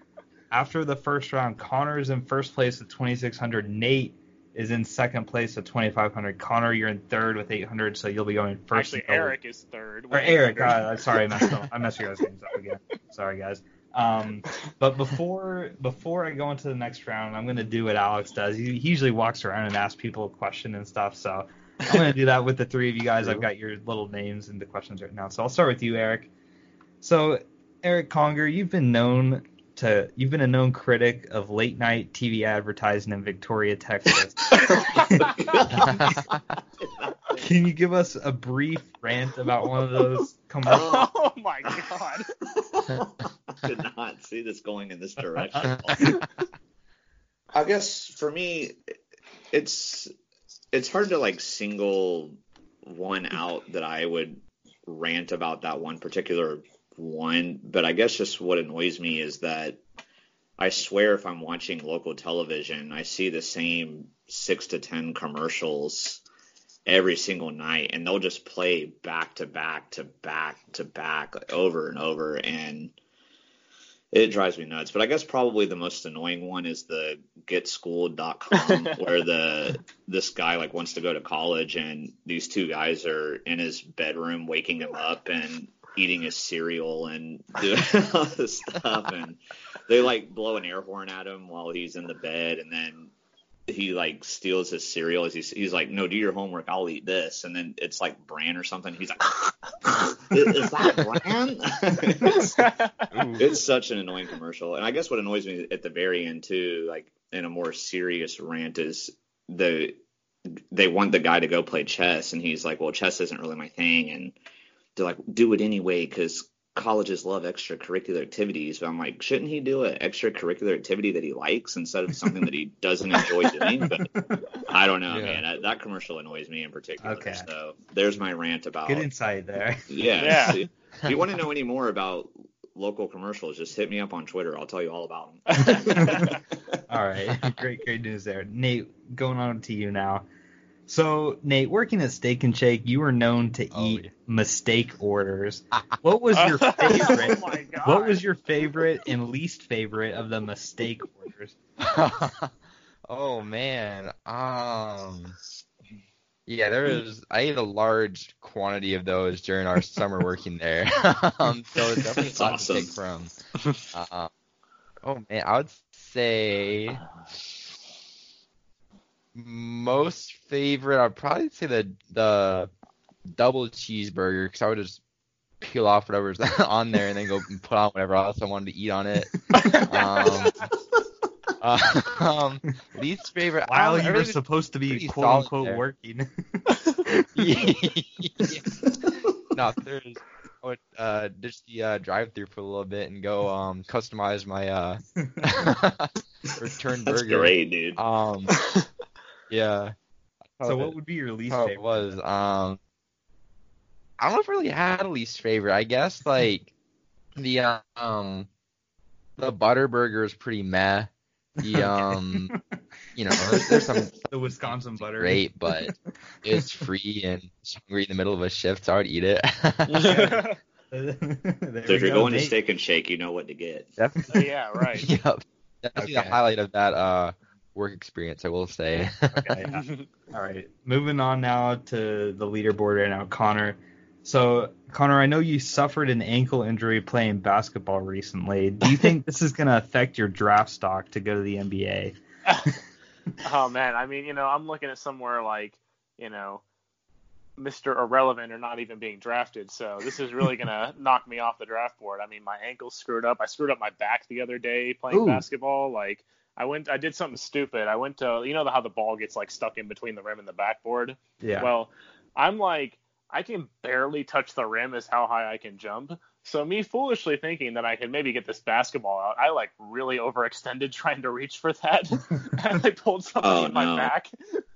[SPEAKER 1] after the first round, Connor is in first place with 2,600. Nate is in second place with 2,500. Connor, you're in third with 800, so you'll be going first.
[SPEAKER 3] Actually,
[SPEAKER 1] and third.
[SPEAKER 3] Eric is third.
[SPEAKER 1] Or Eric. God, I'm sorry, I messed up. I messed your guys' names up again. Sorry, guys. Um, but before before I go into the next round, I'm gonna do what Alex does. He, he usually walks around and asks people a question and stuff. So I'm gonna do that with the three of you guys. I've got your little names and the questions right now. So I'll start with you, Eric. So Eric Conger, you've been known to you've been a known critic of late night TV advertising in Victoria, Texas.
[SPEAKER 4] Um,
[SPEAKER 1] Can you give us a brief rant about one of those Come on.
[SPEAKER 3] Oh my god.
[SPEAKER 2] Did not see this going in this direction. I guess for me, it's it's hard to like single one out that I would rant about that one particular one, but I guess just what annoys me is that I swear if I'm watching local television, I see the same six to ten commercials every single night, and they'll just play back to back to back to back like, over and over, and it drives me nuts. But I guess probably the most annoying one is the GetSchooled.com, where the this guy like wants to go to college, and these two guys are in his bedroom waking him up and eating his cereal and doing all this stuff, and they like blow an air horn at him while he's in the bed, and then he like steals his cereal as he's, he's like, no, do your homework. I'll eat this. And then it's like bran or something. He's like, is is that bran? it's, it's such an annoying commercial. And I guess what annoys me at the very end too, like in a more serious rant is the, they want the guy to go play chess and he's like, well, chess isn't really my thing. And they're like, do it anyway. Cause colleges love extracurricular activities, but I'm like, shouldn't he do an extracurricular activity that he likes instead of something that he doesn't enjoy doing? But I don't know,
[SPEAKER 4] Yeah.
[SPEAKER 2] man. I, that commercial annoys me in particular.
[SPEAKER 1] Okay.
[SPEAKER 2] So there's my rant about.
[SPEAKER 1] Good insight there.
[SPEAKER 2] Yeah.
[SPEAKER 3] Yeah.
[SPEAKER 2] if you want to know any more about local commercials, just hit me up on Twitter. I'll tell you all about them.
[SPEAKER 1] All right. Great, great news there. Nate, going on to you now. So, Nate, working at Steak and Shake, you were known to
[SPEAKER 4] Oh,
[SPEAKER 1] eat
[SPEAKER 4] yeah.
[SPEAKER 1] mistake orders. What was your
[SPEAKER 3] oh
[SPEAKER 1] favorite?
[SPEAKER 3] my god.
[SPEAKER 1] what was your favorite and least favorite of the mistake orders?
[SPEAKER 4] oh man. Um. Yeah, there was. I ate a large quantity of those during our summer working there. um, so it's definitely
[SPEAKER 2] That's
[SPEAKER 4] a lot to pick from. Uh, oh man, I would say most favorite. I'd probably say the the double cheeseburger because I would just peel off whatever's on there and then go and put on whatever else I wanted to eat on it. Um, uh, um, least favorite. I
[SPEAKER 1] While
[SPEAKER 4] don't-
[SPEAKER 1] you were
[SPEAKER 4] everything-
[SPEAKER 1] supposed to be
[SPEAKER 4] pretty
[SPEAKER 1] quote
[SPEAKER 4] solid
[SPEAKER 1] unquote
[SPEAKER 4] there.
[SPEAKER 1] working.
[SPEAKER 4] yeah. No, there's. I would uh, ditch the uh, drive-through for a little bit and go um, customize my uh, return
[SPEAKER 2] That's
[SPEAKER 4] burger.
[SPEAKER 2] great, dude.
[SPEAKER 1] Uh,
[SPEAKER 4] Um, yeah. Oh,
[SPEAKER 1] so, what would be your least
[SPEAKER 4] how
[SPEAKER 1] favorite?
[SPEAKER 4] it was. Um, I don't know if I really had a least favorite. I guess like the uh, um the butter burger is pretty meh. The um you know there's, there's some
[SPEAKER 1] the Wisconsin butter.
[SPEAKER 4] great, but it's free and it's hungry in the middle of a shift, so I would eat it.
[SPEAKER 1] there
[SPEAKER 2] So
[SPEAKER 1] we
[SPEAKER 2] if you're
[SPEAKER 1] go,
[SPEAKER 2] going to
[SPEAKER 1] Nate.
[SPEAKER 2] Steak and Shake, you know what to get.
[SPEAKER 4] That's
[SPEAKER 3] yeah, right.
[SPEAKER 4] yep. That's the
[SPEAKER 1] Okay.
[SPEAKER 4] highlight of that uh work experience, I will say.
[SPEAKER 1] Okay. All right, moving on now to the leaderboard right now, Connor. So, Connor, I know you suffered an ankle injury playing basketball recently. Do you think this is going to affect your draft stock to go to the NBA?
[SPEAKER 3] oh man, I mean, you know, I'm looking at somewhere like, you know, Mr. Irrelevant or not even being drafted. So this is really gonna knock me off the draft board. I mean, my ankle screwed up. I screwed up my back the other day playing
[SPEAKER 1] Ooh.
[SPEAKER 3] basketball. Like, I went, I did something stupid. I went to, you know, how the ball gets like stuck in between the rim and the backboard.
[SPEAKER 1] Yeah.
[SPEAKER 3] Well, I'm like, I can barely touch the rim is how high I can jump. So me foolishly thinking that I could maybe get this basketball out, I like really overextended trying to reach for that, and I pulled something
[SPEAKER 2] Oh,
[SPEAKER 3] in my
[SPEAKER 2] no.
[SPEAKER 3] back.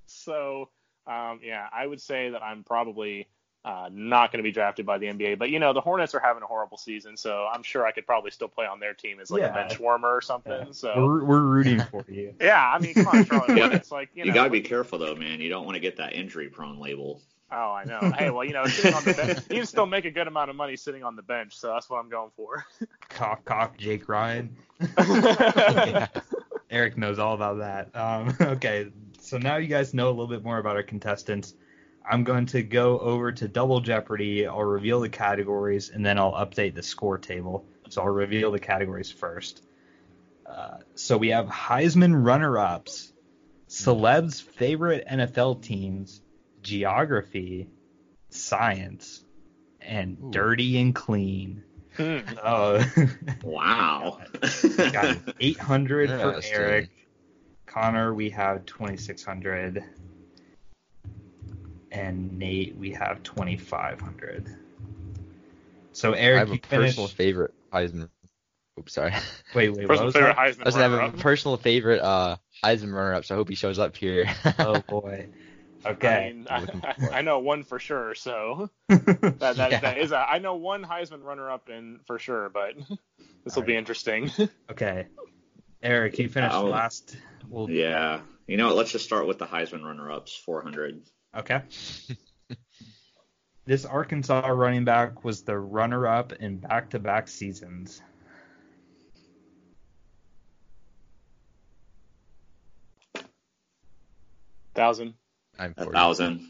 [SPEAKER 3] So um, yeah, I would say that I'm probably uh, not going to be drafted by the NBA. But you know, the Hornets are having a horrible season, so I'm sure I could probably still play on their team as like
[SPEAKER 1] Yeah.
[SPEAKER 3] a bench warmer or something.
[SPEAKER 1] Yeah.
[SPEAKER 3] So
[SPEAKER 1] we're, we're rooting for you.
[SPEAKER 3] yeah, I mean, come on, Charlotte
[SPEAKER 2] Yeah.
[SPEAKER 3] Hornets, like you
[SPEAKER 2] You,
[SPEAKER 3] know,
[SPEAKER 2] gotta be careful though, man. You don't want to get that injury prone label.
[SPEAKER 3] Oh, I know. Hey, well, you know, sitting on the bench, you can still make a good amount of money sitting on the bench, so that's what I'm going for.
[SPEAKER 1] Cough, cough, Jake Ryan.
[SPEAKER 4] Yeah.
[SPEAKER 1] Eric knows all about that. Um, okay, so now you guys know a little bit more about our contestants. I'm going to go over to Double Jeopardy. I'll reveal the categories and then I'll update the score table. So I'll reveal the categories first. Uh, so we have Heisman runner ups, celebs' favorite NFL teams, geography, science, and
[SPEAKER 4] Ooh.
[SPEAKER 1] dirty and clean.
[SPEAKER 3] Hmm.
[SPEAKER 1] Oh,
[SPEAKER 2] Wow.
[SPEAKER 1] got 800 for
[SPEAKER 4] Interesting.
[SPEAKER 1] Eric. Connor, we have 2600. And Nate, we have 2500. So
[SPEAKER 4] I
[SPEAKER 1] Eric,
[SPEAKER 4] have a
[SPEAKER 1] you finished.
[SPEAKER 4] personal favorite Heisman. Oops, sorry.
[SPEAKER 1] Wait, wait, what
[SPEAKER 3] Personal
[SPEAKER 1] was
[SPEAKER 3] favorite
[SPEAKER 1] that?
[SPEAKER 3] Heisman
[SPEAKER 4] I was gonna
[SPEAKER 3] runner-up.
[SPEAKER 4] have a personal favorite uh, Heisman runner-up, so I hope he shows up here.
[SPEAKER 1] Oh boy.
[SPEAKER 3] I,
[SPEAKER 1] Okay.
[SPEAKER 3] mean,
[SPEAKER 4] I'm looking
[SPEAKER 3] I,
[SPEAKER 4] for it.
[SPEAKER 3] I know one for sure, so that that, that
[SPEAKER 4] Yeah.
[SPEAKER 3] is a, I know one Heisman runner-up in for sure, but this will
[SPEAKER 1] All right.
[SPEAKER 3] be interesting.
[SPEAKER 1] okay. Eric, you finished
[SPEAKER 2] I'll-
[SPEAKER 1] last. Well,
[SPEAKER 2] Yeah. You know what? Let's just start with the Heisman runner-ups, 400.
[SPEAKER 1] Okay. this Arkansas running back was the runner-up in back-to-back seasons.
[SPEAKER 3] Thousand.
[SPEAKER 4] I'm
[SPEAKER 2] A
[SPEAKER 4] for it.
[SPEAKER 2] thousand.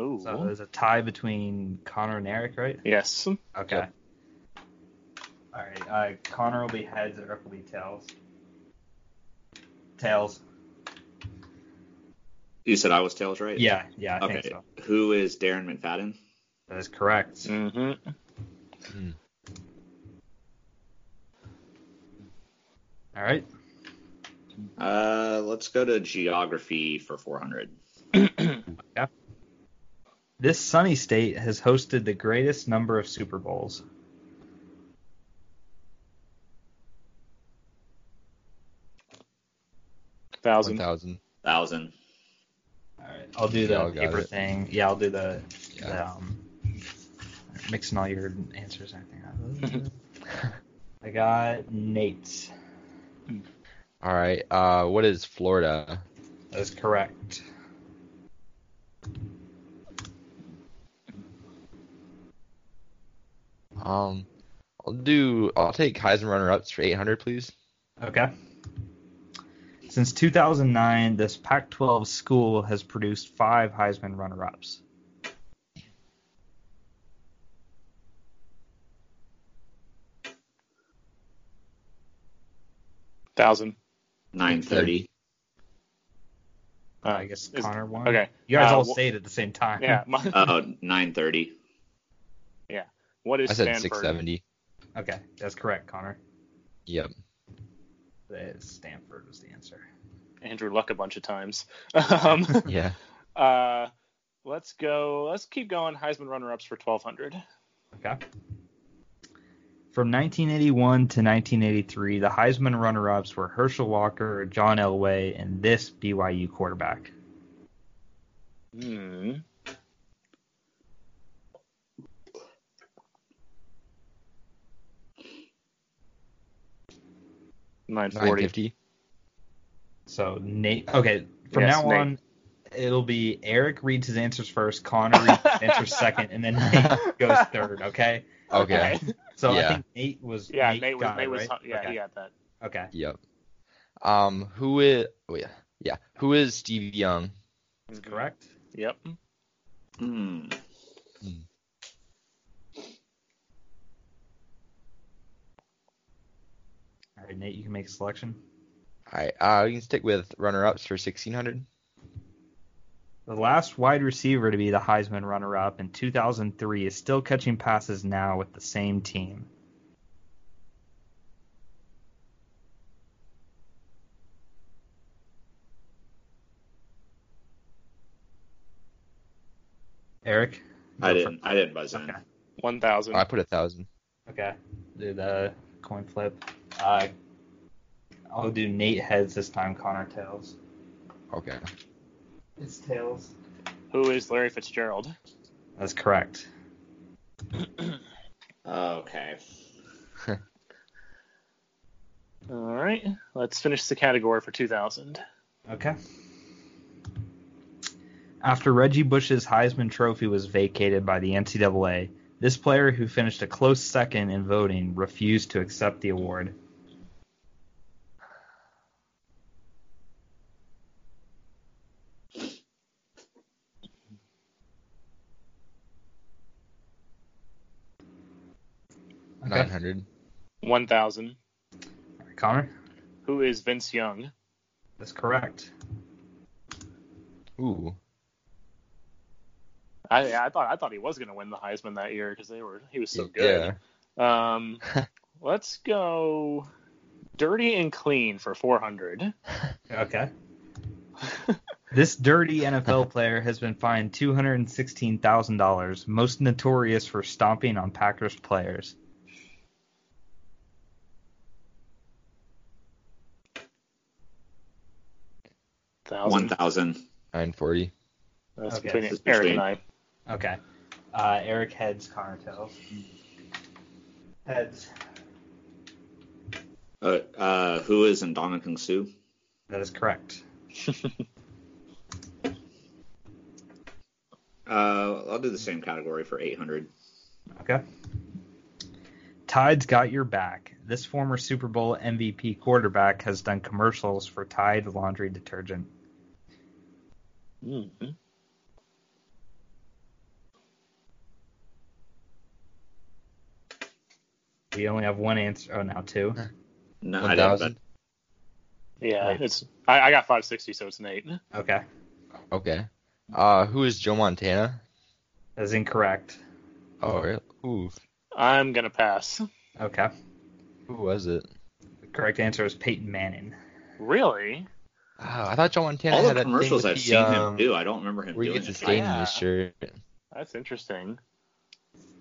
[SPEAKER 3] Ooh.
[SPEAKER 1] So there's a tie between Connor and Eric, right?
[SPEAKER 3] yes.
[SPEAKER 1] Okay.
[SPEAKER 4] Yep.
[SPEAKER 1] All right. Uh, Connor will be heads, Eric will be tails. Tails.
[SPEAKER 2] You said I was tails, right?
[SPEAKER 1] Yeah, yeah, I think
[SPEAKER 2] Okay.
[SPEAKER 1] so.
[SPEAKER 2] Who is Darren McFadden?
[SPEAKER 1] That is correct.
[SPEAKER 3] Mm-hmm.
[SPEAKER 1] All right.
[SPEAKER 2] Uh, let's go to geography for 400.
[SPEAKER 1] This sunny state has hosted the greatest number of Super Bowls.
[SPEAKER 3] Thousand.
[SPEAKER 4] 1,000.
[SPEAKER 2] Thousand.
[SPEAKER 1] All right, I'll do
[SPEAKER 4] Yeah,
[SPEAKER 1] the
[SPEAKER 4] I'll got
[SPEAKER 1] paper
[SPEAKER 4] it.
[SPEAKER 1] thing. Yeah, I'll do the,
[SPEAKER 4] Yeah.
[SPEAKER 1] the, um, mixing all your answers and everything. Mm-hmm. I got Nate.
[SPEAKER 4] All right. Uh, what is Florida?
[SPEAKER 1] That is correct.
[SPEAKER 4] Um, I'll do. I'll take Heisman runner-ups for 800, please.
[SPEAKER 1] Okay. Since 2009, this Pac-12 school has produced five Heisman runner-ups.
[SPEAKER 3] Thousand.
[SPEAKER 2] 930.
[SPEAKER 1] Uh, I
[SPEAKER 3] Uh,
[SPEAKER 1] guess
[SPEAKER 3] is-
[SPEAKER 1] Connor won.
[SPEAKER 3] Okay.
[SPEAKER 1] You guys
[SPEAKER 3] Uh,
[SPEAKER 1] all
[SPEAKER 3] wh-
[SPEAKER 1] say it at the same time.
[SPEAKER 3] Yeah. my-
[SPEAKER 2] Oh, 930.
[SPEAKER 3] what is
[SPEAKER 4] I said
[SPEAKER 3] Stanford?
[SPEAKER 4] 670.
[SPEAKER 1] Okay, that's correct, Connor.
[SPEAKER 4] Yep.
[SPEAKER 1] That is Stanford was the answer.
[SPEAKER 3] Andrew Luck a bunch of times. um,
[SPEAKER 4] Yeah.
[SPEAKER 3] uh, let's go. Let's keep going. Heisman runner-ups for 1,200.
[SPEAKER 1] Okay. From 1981 to 1983, the Heisman runner-ups were Herschel Walker, John Elway, and this BYU quarterback.
[SPEAKER 3] Hmm. Nine forty.
[SPEAKER 4] 950.
[SPEAKER 1] So Nate. Okay, from
[SPEAKER 3] Yes,
[SPEAKER 1] now
[SPEAKER 3] Nate.
[SPEAKER 1] on, it'll be Eric reads his answers first, Connor reads his answers second, and then Nate goes third. Okay.
[SPEAKER 4] Okay.
[SPEAKER 1] So I
[SPEAKER 4] Yeah.
[SPEAKER 1] think Nate was.
[SPEAKER 3] Yeah,
[SPEAKER 1] Nate,
[SPEAKER 3] Nate was.
[SPEAKER 1] got
[SPEAKER 3] Nate
[SPEAKER 1] it,
[SPEAKER 3] was.
[SPEAKER 1] right?
[SPEAKER 3] Yeah,
[SPEAKER 1] okay.
[SPEAKER 3] he got that.
[SPEAKER 1] Okay.
[SPEAKER 4] Yep. Um, who is? Oh yeah. Yeah. Who is Steve Young?
[SPEAKER 1] That's correct.
[SPEAKER 3] Yep.
[SPEAKER 2] Hmm.
[SPEAKER 1] All right, Nate, you can make a selection.
[SPEAKER 4] All right. Uh, we can stick with runner-ups for 1600.
[SPEAKER 1] The last wide receiver to be the Heisman runner-up in 2003 is still catching passes now with the same team. Eric,
[SPEAKER 2] I didn't. I didn't buzz in.
[SPEAKER 1] Okay.
[SPEAKER 3] One thousand.
[SPEAKER 4] Oh, I put a thousand.
[SPEAKER 1] okay, do the coin flip. Uh, I'll do Nate heads this time. Connor tails.
[SPEAKER 4] Okay.
[SPEAKER 1] It's tails.
[SPEAKER 3] Who is Larry Fitzgerald?
[SPEAKER 1] That's correct.
[SPEAKER 2] Oh, Okay.
[SPEAKER 3] All right. Let's finish the category for two thousand.
[SPEAKER 1] Okay. After Reggie Bush's Heisman Trophy was vacated by the NCAA, this player who finished a close second in voting refused to accept the award. Okay.
[SPEAKER 4] 900.
[SPEAKER 3] One thousand.
[SPEAKER 1] Connor,
[SPEAKER 3] Who is Vince Young?
[SPEAKER 1] that's correct.
[SPEAKER 4] Ooh.
[SPEAKER 3] I I thought I thought he was gonna win the Heisman that year because they were he was so
[SPEAKER 4] yeah.
[SPEAKER 3] good. Um, let's go. Dirty and clean for four hundred.
[SPEAKER 1] Okay. This dirty NFL player has been fined $216,000, most notorious for stomping on Packers players.
[SPEAKER 2] One
[SPEAKER 3] Thousand.
[SPEAKER 2] thousand.
[SPEAKER 4] 940.
[SPEAKER 3] That's
[SPEAKER 1] Okay.
[SPEAKER 3] between
[SPEAKER 2] This is
[SPEAKER 3] Eric
[SPEAKER 2] between-
[SPEAKER 3] and I.
[SPEAKER 1] Okay. Uh, Eric heads, Connor tails. Heads.
[SPEAKER 2] Uh, uh, who is Ndamukong Su?
[SPEAKER 1] That is correct.
[SPEAKER 2] Uh, I'll do the same category for 800.
[SPEAKER 1] Okay. Tide's got your back. This former Super Bowl MVP quarterback has done commercials for Tide laundry detergent.
[SPEAKER 3] Mhm.
[SPEAKER 1] We only have one answer. Oh, now two.
[SPEAKER 2] No, I didn't,
[SPEAKER 4] 1000.
[SPEAKER 3] Yeah,
[SPEAKER 1] Wait.
[SPEAKER 3] it's I, I got 560, so it's an eight.
[SPEAKER 1] Okay.
[SPEAKER 4] Okay. Uh, who is Joe Montana?
[SPEAKER 1] That is incorrect.
[SPEAKER 4] Oh, really? Ooh,
[SPEAKER 3] I'm gonna pass.
[SPEAKER 1] Okay.
[SPEAKER 4] who was it?
[SPEAKER 1] The correct answer is Peyton Manning.
[SPEAKER 3] Really?
[SPEAKER 4] Oh, I thought Joe
[SPEAKER 2] but
[SPEAKER 4] Montana
[SPEAKER 2] all
[SPEAKER 4] had
[SPEAKER 2] the
[SPEAKER 4] that thing
[SPEAKER 2] commercials
[SPEAKER 4] with
[SPEAKER 2] I've
[SPEAKER 4] the,
[SPEAKER 2] seen him
[SPEAKER 4] um,
[SPEAKER 2] do, I don't remember him
[SPEAKER 4] Where he
[SPEAKER 2] doing
[SPEAKER 4] gets the
[SPEAKER 2] it.
[SPEAKER 4] stain in
[SPEAKER 3] Yeah.
[SPEAKER 4] his shirt.
[SPEAKER 3] That's interesting.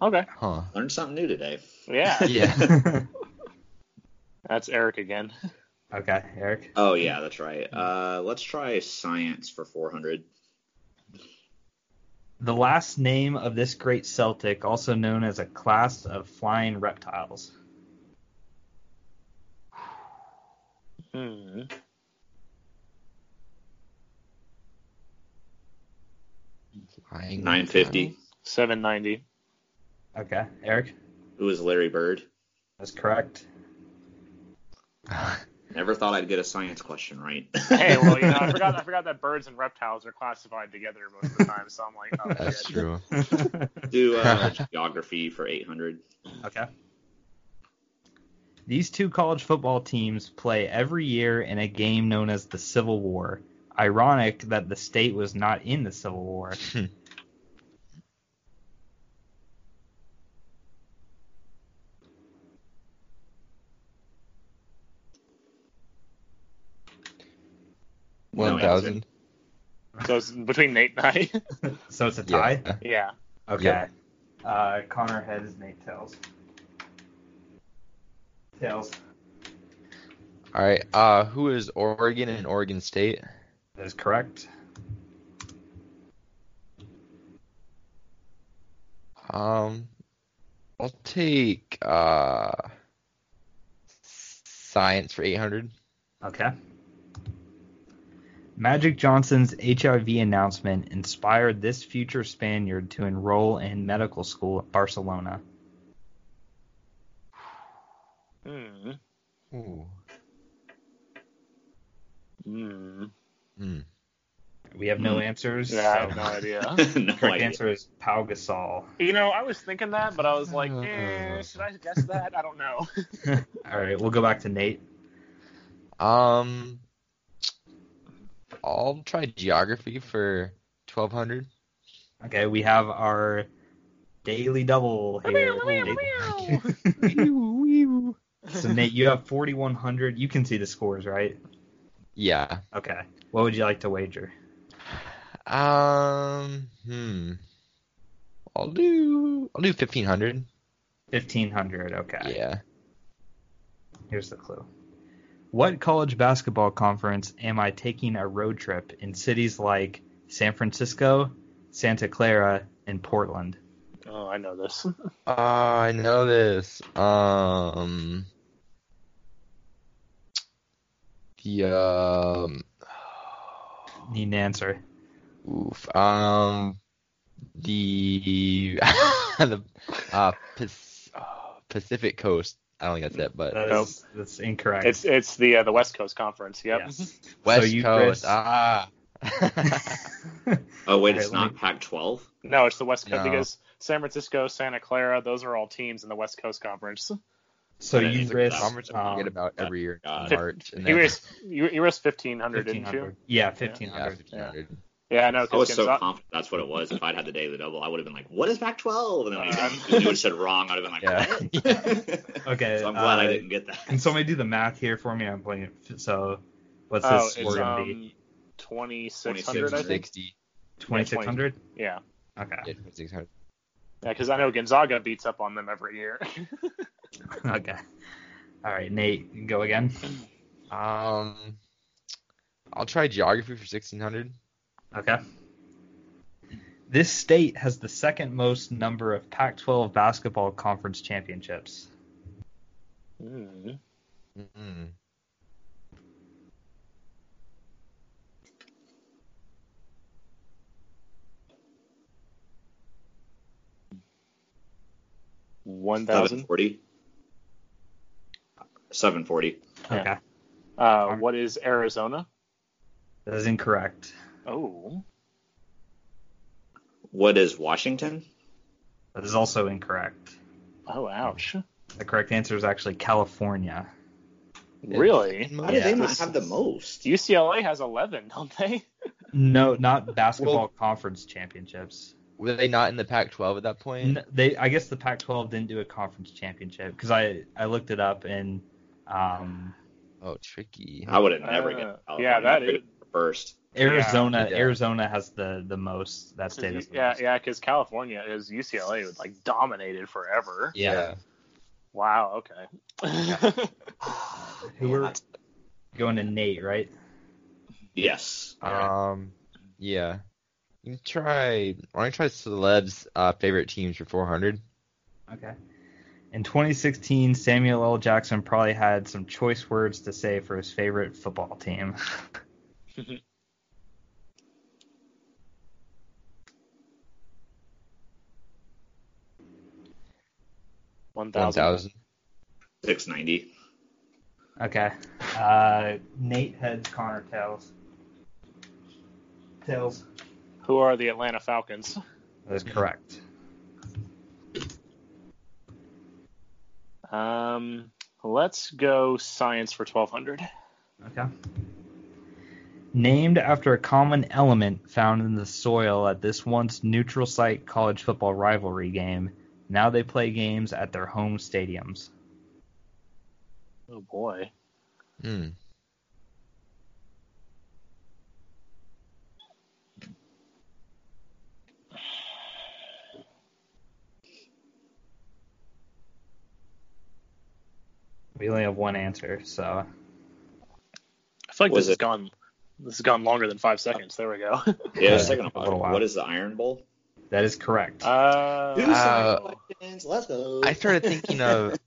[SPEAKER 3] Okay.
[SPEAKER 4] Huh.
[SPEAKER 2] I learned something new today.
[SPEAKER 3] Yeah.
[SPEAKER 4] Yeah.
[SPEAKER 3] That's Eric again.
[SPEAKER 1] okay, Eric.
[SPEAKER 2] Oh yeah, that's right. Uh, let's try science for 400.
[SPEAKER 1] The last name of this great Celtic, also known as a class of flying reptiles.
[SPEAKER 3] Hmm.
[SPEAKER 4] Flying
[SPEAKER 2] 950.
[SPEAKER 4] Montana.
[SPEAKER 3] 790.
[SPEAKER 1] Okay, Eric.
[SPEAKER 2] Who is Larry Bird?
[SPEAKER 1] That's correct.
[SPEAKER 2] Never thought I'd get a science question right.
[SPEAKER 3] Hey, well, you know, I forgot. I forgot that birds and reptiles are classified together most of the time. So I'm like, oh
[SPEAKER 4] That's
[SPEAKER 3] shit.
[SPEAKER 4] true.
[SPEAKER 2] do uh, geography for 800.
[SPEAKER 1] Okay. These two college football teams play every year in a game known as the Civil War. Ironic that the state was not in the Civil War.
[SPEAKER 4] Hmm.
[SPEAKER 2] No answer.
[SPEAKER 4] 1000.
[SPEAKER 3] So it's between Nate and I.
[SPEAKER 1] So it's a
[SPEAKER 4] Yeah.
[SPEAKER 1] tie?
[SPEAKER 3] yeah.
[SPEAKER 1] Okay.
[SPEAKER 4] Yeah.
[SPEAKER 1] Uh, Connor heads, Nate tails. Tails.
[SPEAKER 4] All right. Uh, who is Oregon and Oregon State?
[SPEAKER 1] That is correct.
[SPEAKER 4] Um, I'll take uh science for 800.
[SPEAKER 1] Okay. Magic Johnson's HIV announcement inspired this future Spaniard to enroll in medical school at Barcelona.
[SPEAKER 3] Hmm.
[SPEAKER 4] Ooh.
[SPEAKER 3] Hmm.
[SPEAKER 4] Hmm.
[SPEAKER 1] We have no
[SPEAKER 2] Hmm.
[SPEAKER 1] answers.
[SPEAKER 3] Yeah, I
[SPEAKER 1] so
[SPEAKER 3] have no idea.
[SPEAKER 2] no
[SPEAKER 1] correct
[SPEAKER 2] idea.
[SPEAKER 1] answer is Pau Gasol.
[SPEAKER 3] You know, I was thinking that, but I was like, eh, should I guess that? I don't know.
[SPEAKER 1] All right, we'll go back to Nate.
[SPEAKER 4] Um, I'll try geography for 1200.
[SPEAKER 1] Okay, we have our daily double here. so Nate, you have 4100. You can see the scores, right?
[SPEAKER 4] Yeah.
[SPEAKER 1] Okay. What would you like to wager?
[SPEAKER 4] Um, hmm. I'll do I'll do 1500.
[SPEAKER 1] 1500. Okay.
[SPEAKER 4] Yeah.
[SPEAKER 1] Here's the clue. What college basketball conference am I taking a road trip in cities like San Francisco, Santa Clara, and Portland?
[SPEAKER 3] Oh, I know this.
[SPEAKER 4] Uh, I know this. Um, the um,
[SPEAKER 1] Need an answer.
[SPEAKER 4] oof, um, the the uh Pac- oh, Pacific Coast. I don't think that's it, but
[SPEAKER 1] That is, That's incorrect.
[SPEAKER 3] It's it's the uh, the West Coast Conference. Yep.
[SPEAKER 1] Yes.
[SPEAKER 4] West
[SPEAKER 1] So you,
[SPEAKER 4] Coast.
[SPEAKER 1] Chris-
[SPEAKER 4] Ah.
[SPEAKER 2] Oh wait,
[SPEAKER 1] All right,
[SPEAKER 2] it's
[SPEAKER 1] let
[SPEAKER 2] not Pac-12.
[SPEAKER 3] No, it's the West Coast
[SPEAKER 4] No.
[SPEAKER 3] because San Francisco, Santa Clara, those are all teams in the West Coast Conference.
[SPEAKER 1] so
[SPEAKER 2] that
[SPEAKER 1] you
[SPEAKER 2] is a
[SPEAKER 1] risk
[SPEAKER 4] Conference we
[SPEAKER 1] um,
[SPEAKER 4] forget about every year in
[SPEAKER 2] God.
[SPEAKER 4] March. And
[SPEAKER 3] You
[SPEAKER 4] then-
[SPEAKER 3] risked you, you risked fifteen hundred, didn't you?
[SPEAKER 1] 1500. Yeah,
[SPEAKER 4] yeah,
[SPEAKER 1] 1500.
[SPEAKER 4] 1500.
[SPEAKER 3] Yeah, I know.
[SPEAKER 2] I
[SPEAKER 3] 'cause
[SPEAKER 2] was Oh, so
[SPEAKER 3] Gonza-
[SPEAKER 2] confident that's what it was. If I'd had the day of the double, I would have been like, "What is Pac-12?" And then
[SPEAKER 3] Uh,
[SPEAKER 2] I would have said wrong. I'd have been like,
[SPEAKER 4] Yeah.
[SPEAKER 2] "What?"
[SPEAKER 1] Okay.
[SPEAKER 2] so I'm glad I
[SPEAKER 1] uh,
[SPEAKER 2] didn't get that.
[SPEAKER 1] Can somebody do the math here for me? I'm blanking. So what's
[SPEAKER 3] oh,
[SPEAKER 1] this
[SPEAKER 3] it's
[SPEAKER 1] score going to be?
[SPEAKER 3] um, twenty six hundred. I think.
[SPEAKER 4] 60.
[SPEAKER 1] Twenty six hundred.
[SPEAKER 3] Yeah.
[SPEAKER 1] Okay.
[SPEAKER 4] Yeah, 2600.
[SPEAKER 3] Yeah, because I know Gonzaga beats up on them every year.
[SPEAKER 1] Okay. All right, Nate, you can go again.
[SPEAKER 4] Um, I'll try geography for 1600.
[SPEAKER 1] Okay. This state has the second most number of Pac-12 basketball conference championships.
[SPEAKER 3] Mm.
[SPEAKER 4] Mm-mm.
[SPEAKER 3] One thousand.
[SPEAKER 2] 740. 740.
[SPEAKER 3] Yeah.
[SPEAKER 1] Okay.
[SPEAKER 3] Uh, what is Arizona?
[SPEAKER 1] That is incorrect.
[SPEAKER 3] Oh.
[SPEAKER 2] What is Washington?
[SPEAKER 1] That is also incorrect.
[SPEAKER 3] Oh, ouch.
[SPEAKER 1] The correct answer is actually California.
[SPEAKER 3] Really?
[SPEAKER 2] How
[SPEAKER 1] Yeah.
[SPEAKER 2] do they not have the most?
[SPEAKER 3] UCLA has eleven, don't they?
[SPEAKER 1] No, not basketball
[SPEAKER 4] Well-
[SPEAKER 1] conference championships.
[SPEAKER 4] Were they not in the Pac-12 at that point?
[SPEAKER 1] N- They, I guess the Pac-12 didn't do a conference championship because I, I looked it up and um,
[SPEAKER 4] Oh, tricky.
[SPEAKER 2] I would have never
[SPEAKER 3] Uh,
[SPEAKER 2] guessed. California.
[SPEAKER 3] yeah, that
[SPEAKER 2] I would've
[SPEAKER 3] is-
[SPEAKER 2] first.
[SPEAKER 1] Arizona
[SPEAKER 4] Yeah.
[SPEAKER 1] Arizona has the the most that state has the
[SPEAKER 3] Yeah,
[SPEAKER 1] most.
[SPEAKER 3] yeah, because California is UCLA was like dominated forever.
[SPEAKER 4] Yeah.
[SPEAKER 3] Wow. Okay.
[SPEAKER 1] Who were going to Nate right?
[SPEAKER 2] Yes.
[SPEAKER 4] Um, yeah. You can try. Why don't you try celebs' uh, favorite teams for 400?
[SPEAKER 1] Okay. In 2016, Samuel L. Jackson probably had some choice words to say for his favorite football team.
[SPEAKER 3] One thousand.
[SPEAKER 4] 1,000.
[SPEAKER 2] 690.
[SPEAKER 1] Okay. Uh, Nate heads, Connor tails. Tails.
[SPEAKER 3] Who are the Atlanta Falcons?
[SPEAKER 1] That is correct.
[SPEAKER 3] Um, let's go science for twelve hundred.
[SPEAKER 1] Okay. Named after a common element found in the soil at this once neutral site college football rivalry game, now they play games at their home stadiums.
[SPEAKER 3] Oh boy.
[SPEAKER 4] Hmm.
[SPEAKER 1] We only have one answer, so
[SPEAKER 3] I feel like
[SPEAKER 2] Was
[SPEAKER 3] this has
[SPEAKER 2] it-
[SPEAKER 3] gone. This has gone longer than five seconds. There we go.
[SPEAKER 2] Yeah, I was
[SPEAKER 1] Yeah,
[SPEAKER 2] taking a
[SPEAKER 1] a little while.
[SPEAKER 2] What is the Iron Bowl?
[SPEAKER 1] that is correct.
[SPEAKER 2] Who's
[SPEAKER 3] Uh,
[SPEAKER 4] Uh,
[SPEAKER 2] the questions? Let's go.
[SPEAKER 4] I started thinking of.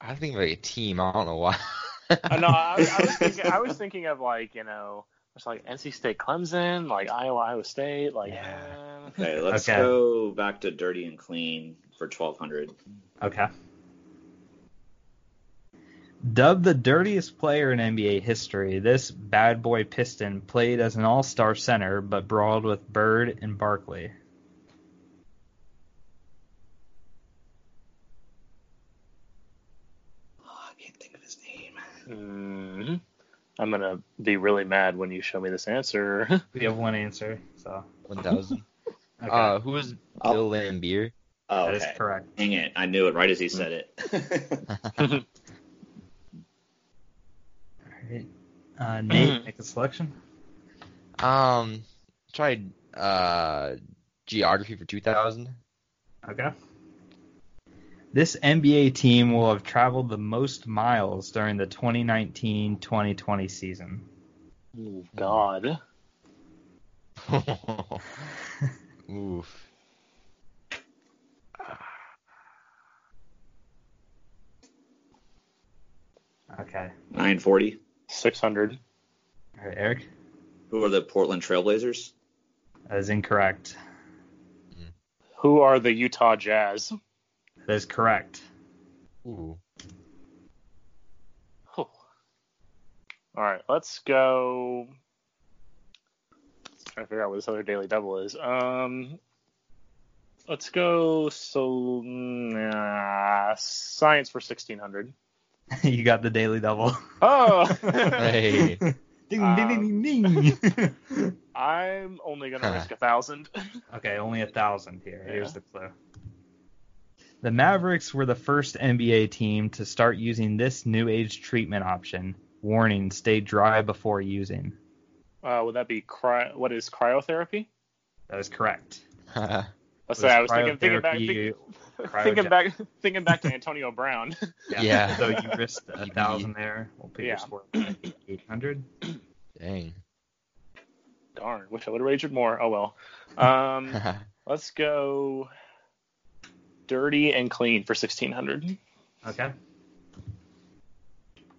[SPEAKER 4] I think of like a team. I don't know why.
[SPEAKER 3] uh, no, I, I, was thinking, I was thinking of like you know, it's like NC State, Clemson, like Iowa, Iowa State, like.
[SPEAKER 1] Yeah.
[SPEAKER 3] eh.
[SPEAKER 2] Okay, let's
[SPEAKER 1] Okay.
[SPEAKER 2] go back to dirty and clean for 1200.
[SPEAKER 1] Okay. Dubbed the dirtiest player in NBA history, this bad boy Piston played as an all star center but brawled with Bird and Barkley.
[SPEAKER 2] Oh, I can't think of his name.
[SPEAKER 3] Mhm. eh, I'm gonna be really mad when you show me this answer.
[SPEAKER 1] We have one answer, so.
[SPEAKER 4] 1,000.
[SPEAKER 1] Okay.
[SPEAKER 4] Uh, who was
[SPEAKER 2] Oh.
[SPEAKER 4] Bill Lambier?
[SPEAKER 2] Oh,
[SPEAKER 1] That is
[SPEAKER 2] okay.
[SPEAKER 1] correct.
[SPEAKER 2] Dang it. I knew it right as he said it.
[SPEAKER 1] All right. Uh,
[SPEAKER 2] Mm-hmm.
[SPEAKER 1] Nate, make a selection.
[SPEAKER 4] Um, try uh geography for 2,000.
[SPEAKER 1] Okay. This NBA team will have traveled the most miles during the 2019 2020 season.
[SPEAKER 3] Oh, God.
[SPEAKER 4] Oof.
[SPEAKER 1] Okay.
[SPEAKER 2] 940.
[SPEAKER 3] 600.
[SPEAKER 1] All right, Eric,
[SPEAKER 2] Who are the Portland Trailblazers?
[SPEAKER 1] that is incorrect.
[SPEAKER 3] Who are the Utah Jazz?
[SPEAKER 1] That is correct.
[SPEAKER 4] Ooh.
[SPEAKER 3] All right, let's go. Trying to figure out what this other daily double is. Um, let's go. So nah, science for sixteen hundred.
[SPEAKER 1] you got the daily double.
[SPEAKER 3] Oh,
[SPEAKER 4] Hey.
[SPEAKER 1] Ding,
[SPEAKER 3] Um,
[SPEAKER 1] ding, ding, ding, ding.
[SPEAKER 3] I'm only gonna
[SPEAKER 4] Huh.
[SPEAKER 3] risk a thousand.
[SPEAKER 1] Um, okay, only a thousand here. Here's
[SPEAKER 3] Yeah.
[SPEAKER 1] the clue. The Mavericks were the first NBA team to start using this new age treatment option. Warning: Stay dry before using.
[SPEAKER 3] uh, would that be cry? What is cryotherapy?
[SPEAKER 1] That is correct.
[SPEAKER 3] Let's say I was thinking, thinking back, thinking, thinking back, thinking back to Antonio Brown.
[SPEAKER 1] Yeah.
[SPEAKER 4] Yeah.
[SPEAKER 1] So you risked a thousand there. We'll pick
[SPEAKER 3] Yeah.
[SPEAKER 1] your score eight hundred.
[SPEAKER 4] Dang.
[SPEAKER 3] Darn, wish I would have wagered more. Oh well. Um, let's go. Dirty and clean for sixteen hundred.
[SPEAKER 1] Okay.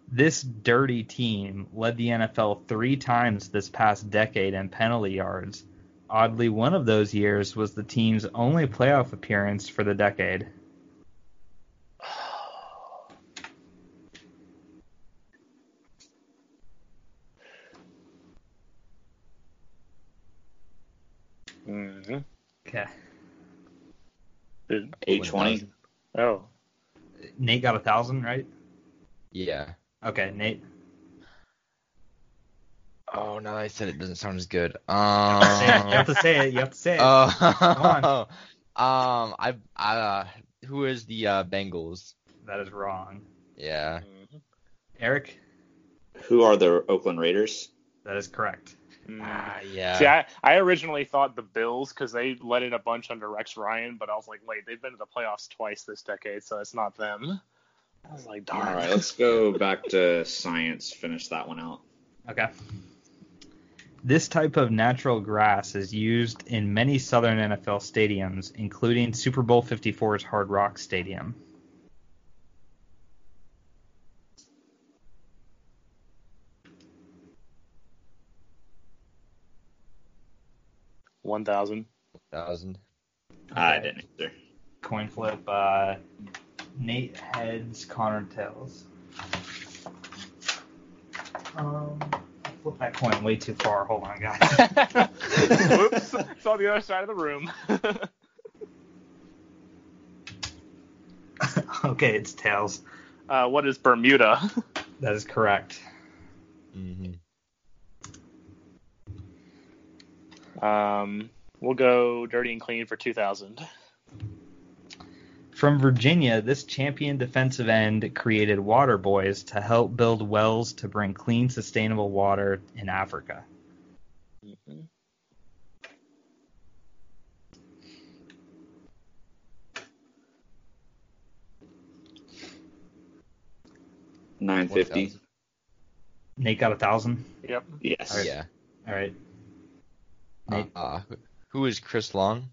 [SPEAKER 1] This dirty team led the NFL three times this past decade in penalty yards. Oddly, one of those years was the team's only playoff appearance for the decade.
[SPEAKER 3] Mm-hmm.
[SPEAKER 1] Okay.
[SPEAKER 2] Eight twenty.
[SPEAKER 3] Oh,
[SPEAKER 1] Nate got a thousand, right?
[SPEAKER 4] Yeah.
[SPEAKER 1] Okay, Nate.
[SPEAKER 4] Oh, now that I said it, it doesn't sound as good.
[SPEAKER 1] Say it. You have to
[SPEAKER 4] Um,
[SPEAKER 1] say it. You have to say it.
[SPEAKER 4] Uh-huh. oh, Uh, um, I, I, uh, who is the uh, Bengals?
[SPEAKER 1] that is wrong.
[SPEAKER 4] Yeah.
[SPEAKER 3] Mm-hmm.
[SPEAKER 1] Eric,
[SPEAKER 2] Who are the Oakland Raiders?
[SPEAKER 1] that is correct.
[SPEAKER 4] Ah, yeah.
[SPEAKER 3] Mm. See, I, I originally thought the Bills because they let in a bunch under Rex Ryan, but I was like, wait, they've been to the playoffs twice this decade, so it's not them. I was like,
[SPEAKER 2] All
[SPEAKER 3] darn.
[SPEAKER 2] right, let's go back to science. Finish that one out.
[SPEAKER 1] Okay. This type of natural grass is used in many southern NFL stadiums, including Super Bowl 54's Hard Rock Stadium.
[SPEAKER 3] One thousand.
[SPEAKER 4] Thousand.
[SPEAKER 2] I
[SPEAKER 1] Okay.
[SPEAKER 2] didn't either.
[SPEAKER 1] Coin flip. Uh, Nate heads, Connor tails. Um, I flipped that coin way too far. Hold on, guys.
[SPEAKER 3] Whoops, it's on the other side of the room.
[SPEAKER 1] okay, it's tails.
[SPEAKER 3] uh, what is Bermuda?
[SPEAKER 1] That is correct.
[SPEAKER 4] Mm-hmm.
[SPEAKER 3] Um, we'll go dirty and clean for two thousand.
[SPEAKER 1] From Virginia, this champion defensive end created water boys to help build wells to bring clean, sustainable water in Africa.
[SPEAKER 2] Nine fifty.
[SPEAKER 1] Nate got a thousand.
[SPEAKER 3] Yep.
[SPEAKER 2] Yes.
[SPEAKER 4] Yeah.
[SPEAKER 1] All right,
[SPEAKER 4] Uh,
[SPEAKER 1] Nate.
[SPEAKER 4] uh, who- who is Chris Long?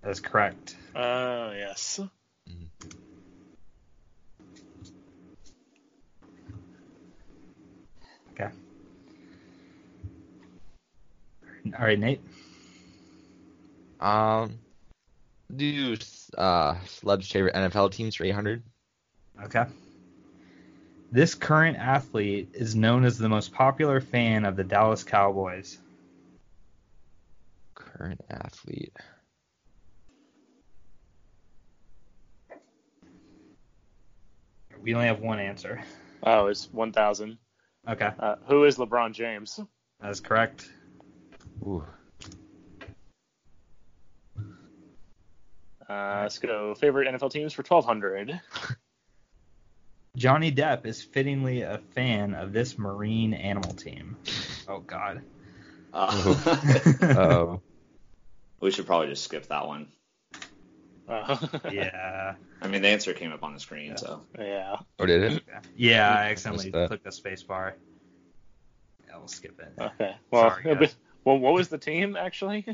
[SPEAKER 1] that is correct.
[SPEAKER 3] Oh yes.
[SPEAKER 1] All right, Nate.
[SPEAKER 4] Um, do uh, celebs' favorite NFL teams for 800?
[SPEAKER 1] Okay. This current athlete is known as the most popular fan of the Dallas Cowboys.
[SPEAKER 4] Current athlete.
[SPEAKER 1] We only have one answer.
[SPEAKER 3] Oh, it's one thousand.
[SPEAKER 1] Okay,
[SPEAKER 3] Uh, who is LeBron James?
[SPEAKER 1] that is correct.
[SPEAKER 4] Ooh.
[SPEAKER 3] Uh, let's go favorite NFL teams for twelve hundred.
[SPEAKER 1] Johnny Depp is fittingly a fan of this marine animal team. Oh God.
[SPEAKER 2] Uh,
[SPEAKER 4] Oh.
[SPEAKER 2] we should probably just skip that one.
[SPEAKER 3] Uh,
[SPEAKER 1] yeah.
[SPEAKER 2] I mean, the answer came up on the screen, so
[SPEAKER 3] yeah.
[SPEAKER 4] oh, did it?
[SPEAKER 1] Yeah, I accidentally
[SPEAKER 4] Missed that.
[SPEAKER 1] clicked the space bar. Yeah, we'll skip it.
[SPEAKER 3] Okay. Well,
[SPEAKER 1] Sorry, guys.
[SPEAKER 3] well, what was the team actually?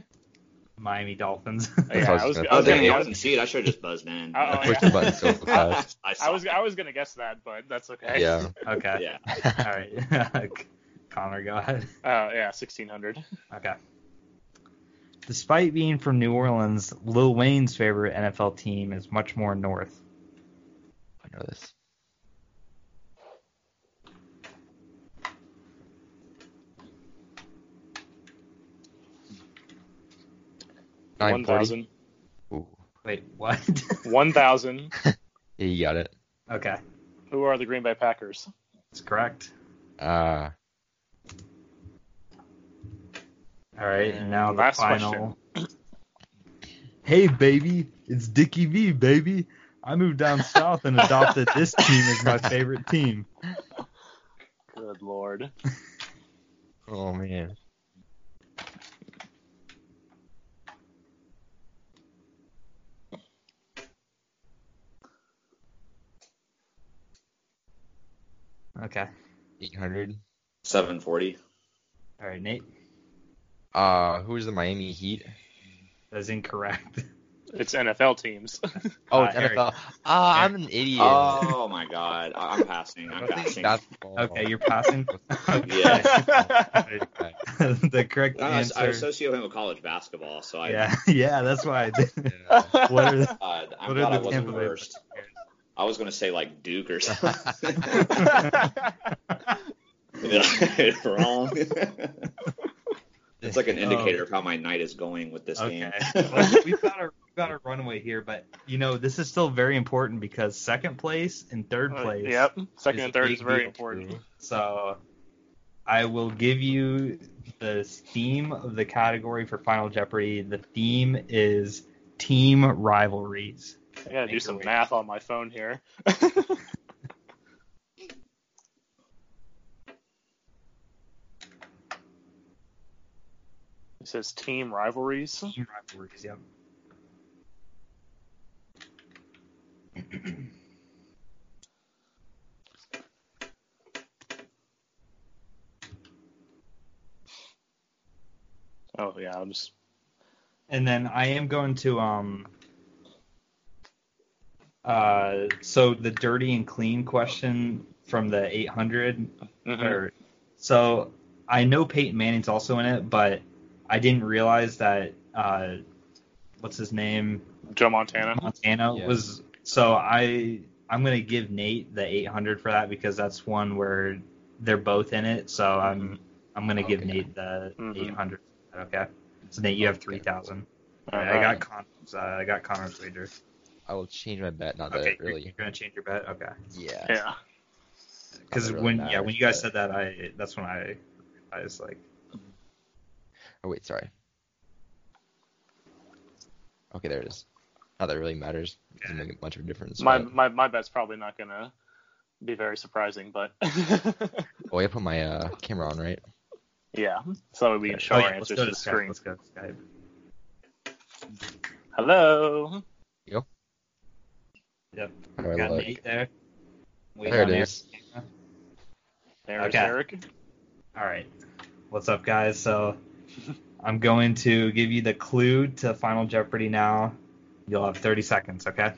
[SPEAKER 1] Miami Dolphins.
[SPEAKER 4] That's
[SPEAKER 3] yeah,
[SPEAKER 4] what
[SPEAKER 3] I
[SPEAKER 4] I
[SPEAKER 3] was,
[SPEAKER 4] was
[SPEAKER 3] I
[SPEAKER 2] Oh,
[SPEAKER 3] was
[SPEAKER 2] dang!
[SPEAKER 3] gonna,
[SPEAKER 2] it!
[SPEAKER 3] I
[SPEAKER 2] I
[SPEAKER 3] was,
[SPEAKER 2] didn't see it. I should have just buzzed in.
[SPEAKER 3] Oh,
[SPEAKER 4] I
[SPEAKER 3] yeah.
[SPEAKER 4] pushed the button so fast.
[SPEAKER 2] I
[SPEAKER 3] I
[SPEAKER 2] saw
[SPEAKER 3] was,
[SPEAKER 2] it.
[SPEAKER 3] I was gonna guess that, but that's okay.
[SPEAKER 4] Yeah.
[SPEAKER 1] Okay.
[SPEAKER 2] Yeah.
[SPEAKER 1] All right. Connor, go ahead.
[SPEAKER 3] Uh, yeah, sixteen hundred.
[SPEAKER 1] Okay. Despite being from New Orleans, Lil Wayne's favorite NFL team is much more north.
[SPEAKER 4] I know this.
[SPEAKER 3] One
[SPEAKER 4] 940?
[SPEAKER 3] thousand.
[SPEAKER 4] Ooh.
[SPEAKER 1] Wait, what?
[SPEAKER 3] One thousand.
[SPEAKER 4] Yeah, you got it.
[SPEAKER 1] okay,
[SPEAKER 3] Who are the Green Bay Packers?
[SPEAKER 1] that's correct.
[SPEAKER 4] Uh,
[SPEAKER 1] All right, and now the
[SPEAKER 3] Last
[SPEAKER 1] final. hey, baby, it's Dickie V, baby. I moved down south and adopted this team as my favorite team.
[SPEAKER 3] Good lord.
[SPEAKER 4] oh man.
[SPEAKER 1] Okay.
[SPEAKER 4] 800.
[SPEAKER 2] 740.
[SPEAKER 1] All right, Nate.
[SPEAKER 4] Uh, who is the Miami Heat?
[SPEAKER 1] That's incorrect.
[SPEAKER 3] It's NFL teams.
[SPEAKER 4] Oh,
[SPEAKER 1] Uh,
[SPEAKER 4] it's
[SPEAKER 1] Eric.
[SPEAKER 4] NFL. Ah, I'm an idiot.
[SPEAKER 2] Oh my god. I- I'm passing. I'm passing.
[SPEAKER 4] Basketball.
[SPEAKER 1] Okay, you're passing.
[SPEAKER 2] Yeah.
[SPEAKER 4] Okay.
[SPEAKER 1] the correct
[SPEAKER 2] I, as- I
[SPEAKER 1] answer.
[SPEAKER 2] associate him with college basketball, so I.
[SPEAKER 1] Yeah, yeah, that's why I did.
[SPEAKER 4] Yeah.
[SPEAKER 1] What are the-
[SPEAKER 2] God, I'm
[SPEAKER 1] What are
[SPEAKER 2] glad I
[SPEAKER 1] the
[SPEAKER 2] wasn't
[SPEAKER 1] Tampa Bay
[SPEAKER 2] first. I was gonna say like Duke or something. Did I get it wrong? it's like
[SPEAKER 4] Oh.
[SPEAKER 2] an indicator of how my night is going with this
[SPEAKER 1] Okay.
[SPEAKER 2] game.
[SPEAKER 1] Well, we've got a we've got a runway here, but you know this is still very important because second place and third place.
[SPEAKER 3] Uh, yep. Second
[SPEAKER 4] It's
[SPEAKER 3] and
[SPEAKER 4] a
[SPEAKER 3] third
[SPEAKER 4] big
[SPEAKER 3] is very
[SPEAKER 4] deal.
[SPEAKER 3] important.
[SPEAKER 1] So I will give you the theme of the category for Final Jeopardy. The theme is team rivalries.
[SPEAKER 3] I gotta do some math on my phone here. It says team rivalries.
[SPEAKER 1] Team rivalries, yep.
[SPEAKER 3] Oh yeah, I'm just
[SPEAKER 1] And then I am going to um uh so the dirty and clean question from the 800
[SPEAKER 3] Mhm.
[SPEAKER 1] or so I know Peyton Manning's also in it, but I didn't realize that uh what's his name
[SPEAKER 3] Joe Montana.
[SPEAKER 1] Montana
[SPEAKER 4] Yeah.
[SPEAKER 1] was so I I'm gonna give Nate the 800 for that because that's one where they're both in it. So I'm I'm gonna give
[SPEAKER 4] Okay. Mm-hmm.
[SPEAKER 1] Nate the
[SPEAKER 3] Mhm.
[SPEAKER 1] 800. Okay. So Nate, you have 3,000.
[SPEAKER 3] All
[SPEAKER 1] Alright, I got Connor's. Uh, I got Connor's wager.
[SPEAKER 4] I will change my bet. Not that
[SPEAKER 1] Okay,
[SPEAKER 4] it
[SPEAKER 1] you're, you're
[SPEAKER 4] really.
[SPEAKER 1] gonna change your bet. Okay.
[SPEAKER 4] Yeah.
[SPEAKER 3] Yeah.
[SPEAKER 1] Because
[SPEAKER 4] really
[SPEAKER 1] when yeah
[SPEAKER 4] matters,
[SPEAKER 1] when you guys said
[SPEAKER 4] but-
[SPEAKER 1] that I that's when I I was like
[SPEAKER 4] Oh wait, sorry. Okay, there it is. Not that it really matters. It doesn't make much of a difference.
[SPEAKER 3] My
[SPEAKER 4] but-
[SPEAKER 3] my my bet's probably not gonna be very surprising, but
[SPEAKER 4] oh, I put my uh, camera on, right?
[SPEAKER 3] yeah. So we can show
[SPEAKER 1] oh,
[SPEAKER 3] our
[SPEAKER 1] yeah, let's
[SPEAKER 3] answers
[SPEAKER 1] go
[SPEAKER 3] to
[SPEAKER 1] to
[SPEAKER 3] the
[SPEAKER 1] Skype.
[SPEAKER 3] screen.
[SPEAKER 1] Let's go to Skype.
[SPEAKER 3] Hello.
[SPEAKER 1] Yep.
[SPEAKER 4] How do I
[SPEAKER 1] Got
[SPEAKER 4] look?
[SPEAKER 1] Nate there. Wait
[SPEAKER 4] There
[SPEAKER 1] on
[SPEAKER 4] it is.
[SPEAKER 3] There's
[SPEAKER 1] Okay.
[SPEAKER 3] Eric.
[SPEAKER 1] All right. What's up, guys? So I'm going to give you the clue to Final Jeopardy now. You'll have 30 seconds, okay?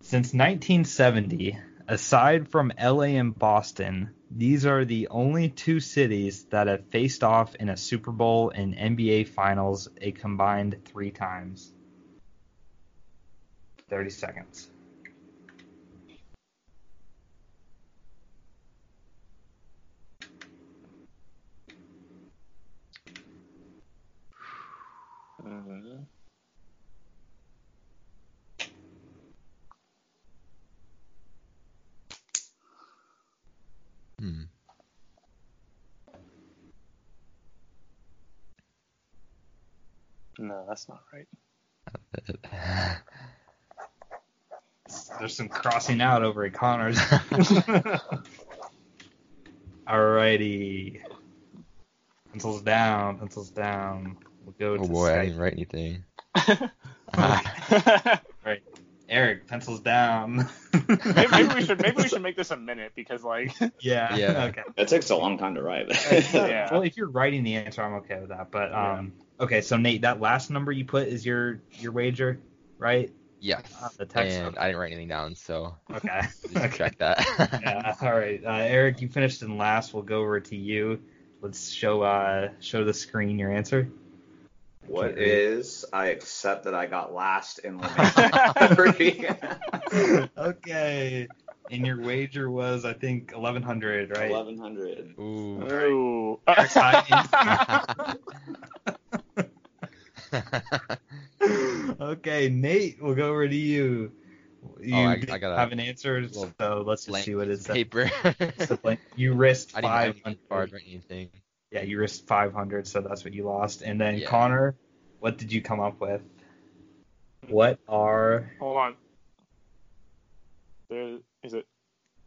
[SPEAKER 1] Since 1970, aside from LA and Boston, these are the only two cities that have faced off in a Super Bowl and NBA Finals a combined three times. 30 seconds.
[SPEAKER 3] Mhm.
[SPEAKER 4] Hmm.
[SPEAKER 3] No, that's not right.
[SPEAKER 1] There's some crossing out over at Connors. Alrighty. Pencils down, pencils down. We'll go
[SPEAKER 4] oh
[SPEAKER 1] to
[SPEAKER 4] boy, I
[SPEAKER 1] Skype.
[SPEAKER 4] didn't write anything.
[SPEAKER 1] Eric, pencils down.
[SPEAKER 3] maybe, maybe we should maybe we should make this a minute because like
[SPEAKER 1] yeah.
[SPEAKER 4] Yeah.
[SPEAKER 1] Okay.
[SPEAKER 2] That takes a long time to write.
[SPEAKER 3] Yeah.
[SPEAKER 1] Well, if you're writing the answer, I'm okay with that. But um, okay. So Nate, that last number you put is your your wager, right?
[SPEAKER 4] yes.
[SPEAKER 1] Ah, the text.
[SPEAKER 4] and I didn't write anything down, so
[SPEAKER 1] Okay.
[SPEAKER 4] just
[SPEAKER 1] okay.
[SPEAKER 4] check that.
[SPEAKER 1] Yeah, all right, uh, Eric, you finished in last. We'll go over to you. Let's show uh, show the screen your answer.
[SPEAKER 2] What is? I accept that I got last in one.
[SPEAKER 1] okay. And your wager was, I think, eleven hundred, right?
[SPEAKER 2] Eleven hundred.
[SPEAKER 4] Ooh.
[SPEAKER 3] ooh.
[SPEAKER 1] Eric's hiding.
[SPEAKER 4] I
[SPEAKER 1] okay, Nate, we'll go over to you. You
[SPEAKER 4] Oh, I- I
[SPEAKER 1] didn't
[SPEAKER 4] gotta-
[SPEAKER 1] have an answer,
[SPEAKER 4] Well,
[SPEAKER 1] so let's just
[SPEAKER 4] blank
[SPEAKER 1] see what it says.
[SPEAKER 4] paper.
[SPEAKER 1] So, like, you risked
[SPEAKER 4] I didn't have
[SPEAKER 1] five
[SPEAKER 4] any cards
[SPEAKER 1] hundred.
[SPEAKER 4] or anything.
[SPEAKER 1] Yeah, you risked five hundred, so that's what you lost. And then
[SPEAKER 4] Yeah.
[SPEAKER 1] Connor, what did you come up with? What are
[SPEAKER 3] Hold on. There is it.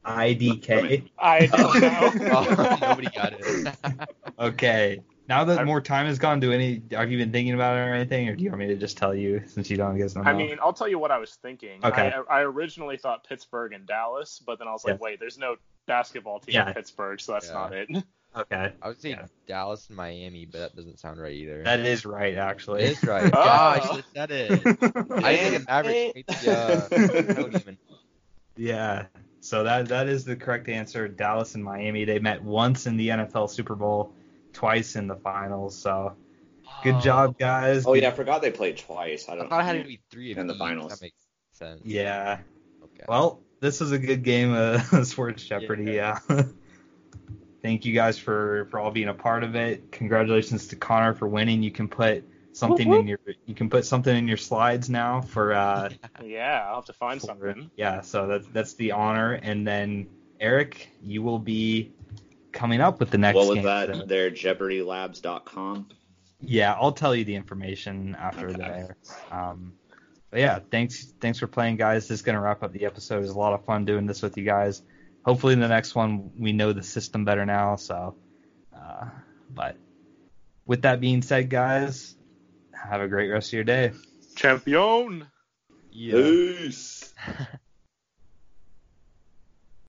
[SPEAKER 1] IDK?
[SPEAKER 3] I
[SPEAKER 4] Oh,
[SPEAKER 1] Oh.
[SPEAKER 3] don't know.
[SPEAKER 4] nobody got Oh, it.
[SPEAKER 1] Okay, Now that more time has gone, do any are you been thinking about it or anything, or do you want me to just tell you since you don't guess?
[SPEAKER 3] I mean, I'll tell you what I was thinking.
[SPEAKER 1] Okay.
[SPEAKER 3] I, I originally thought Pittsburgh and Dallas, but then I was like,
[SPEAKER 1] Yeah.
[SPEAKER 3] wait, there's no basketball team
[SPEAKER 1] Yeah.
[SPEAKER 3] in Pittsburgh, so that's
[SPEAKER 4] Yeah.
[SPEAKER 3] not it.
[SPEAKER 1] okay,
[SPEAKER 4] I would say
[SPEAKER 1] Yeah.
[SPEAKER 4] Dallas and Miami, but that doesn't sound right either.
[SPEAKER 1] that is right actually.
[SPEAKER 4] It is right.
[SPEAKER 3] Ah,
[SPEAKER 4] Gosh,
[SPEAKER 2] Oh.
[SPEAKER 4] you said it. I think the Mavericks made the uh, don't even.
[SPEAKER 1] Yeah. So that that is the correct answer. Dallas and Miami. They met once in the NFL Super Bowl, twice in the finals. So good job, guys.
[SPEAKER 2] Oh yeah, I forgot they played twice. I
[SPEAKER 4] I
[SPEAKER 2] don't.
[SPEAKER 4] thought it had to be three of
[SPEAKER 2] In the
[SPEAKER 4] each.
[SPEAKER 2] finals.
[SPEAKER 4] That makes sense.
[SPEAKER 1] Yeah.
[SPEAKER 4] Okay.
[SPEAKER 1] Well, this was a good game of Sports Jeopardy. Yeah. Thank you guys for for all being a part of it. Congratulations to Connor for winning. You can put something
[SPEAKER 3] Whoop,
[SPEAKER 1] in your you can put something in your slides now for uh
[SPEAKER 3] yeah, I'll have to find
[SPEAKER 1] for-
[SPEAKER 3] something.
[SPEAKER 1] Yeah, so that's that's the honor and then Eric, you will be coming up with the next
[SPEAKER 2] what was
[SPEAKER 1] game. so-
[SPEAKER 2] that? Their JeopardyLabs.com.
[SPEAKER 1] Yeah, I'll tell you the information after
[SPEAKER 2] Okay.
[SPEAKER 1] the air. Um, but yeah, thanks thanks for playing, guys. This is gonna wrap up the episode. It was a lot of fun doing this with you guys. Hopefully, in the next one we know the system better now. So, uh, but with that being said, guys, have a great rest of your day.
[SPEAKER 3] Champion.
[SPEAKER 4] Yeah.
[SPEAKER 2] Peace.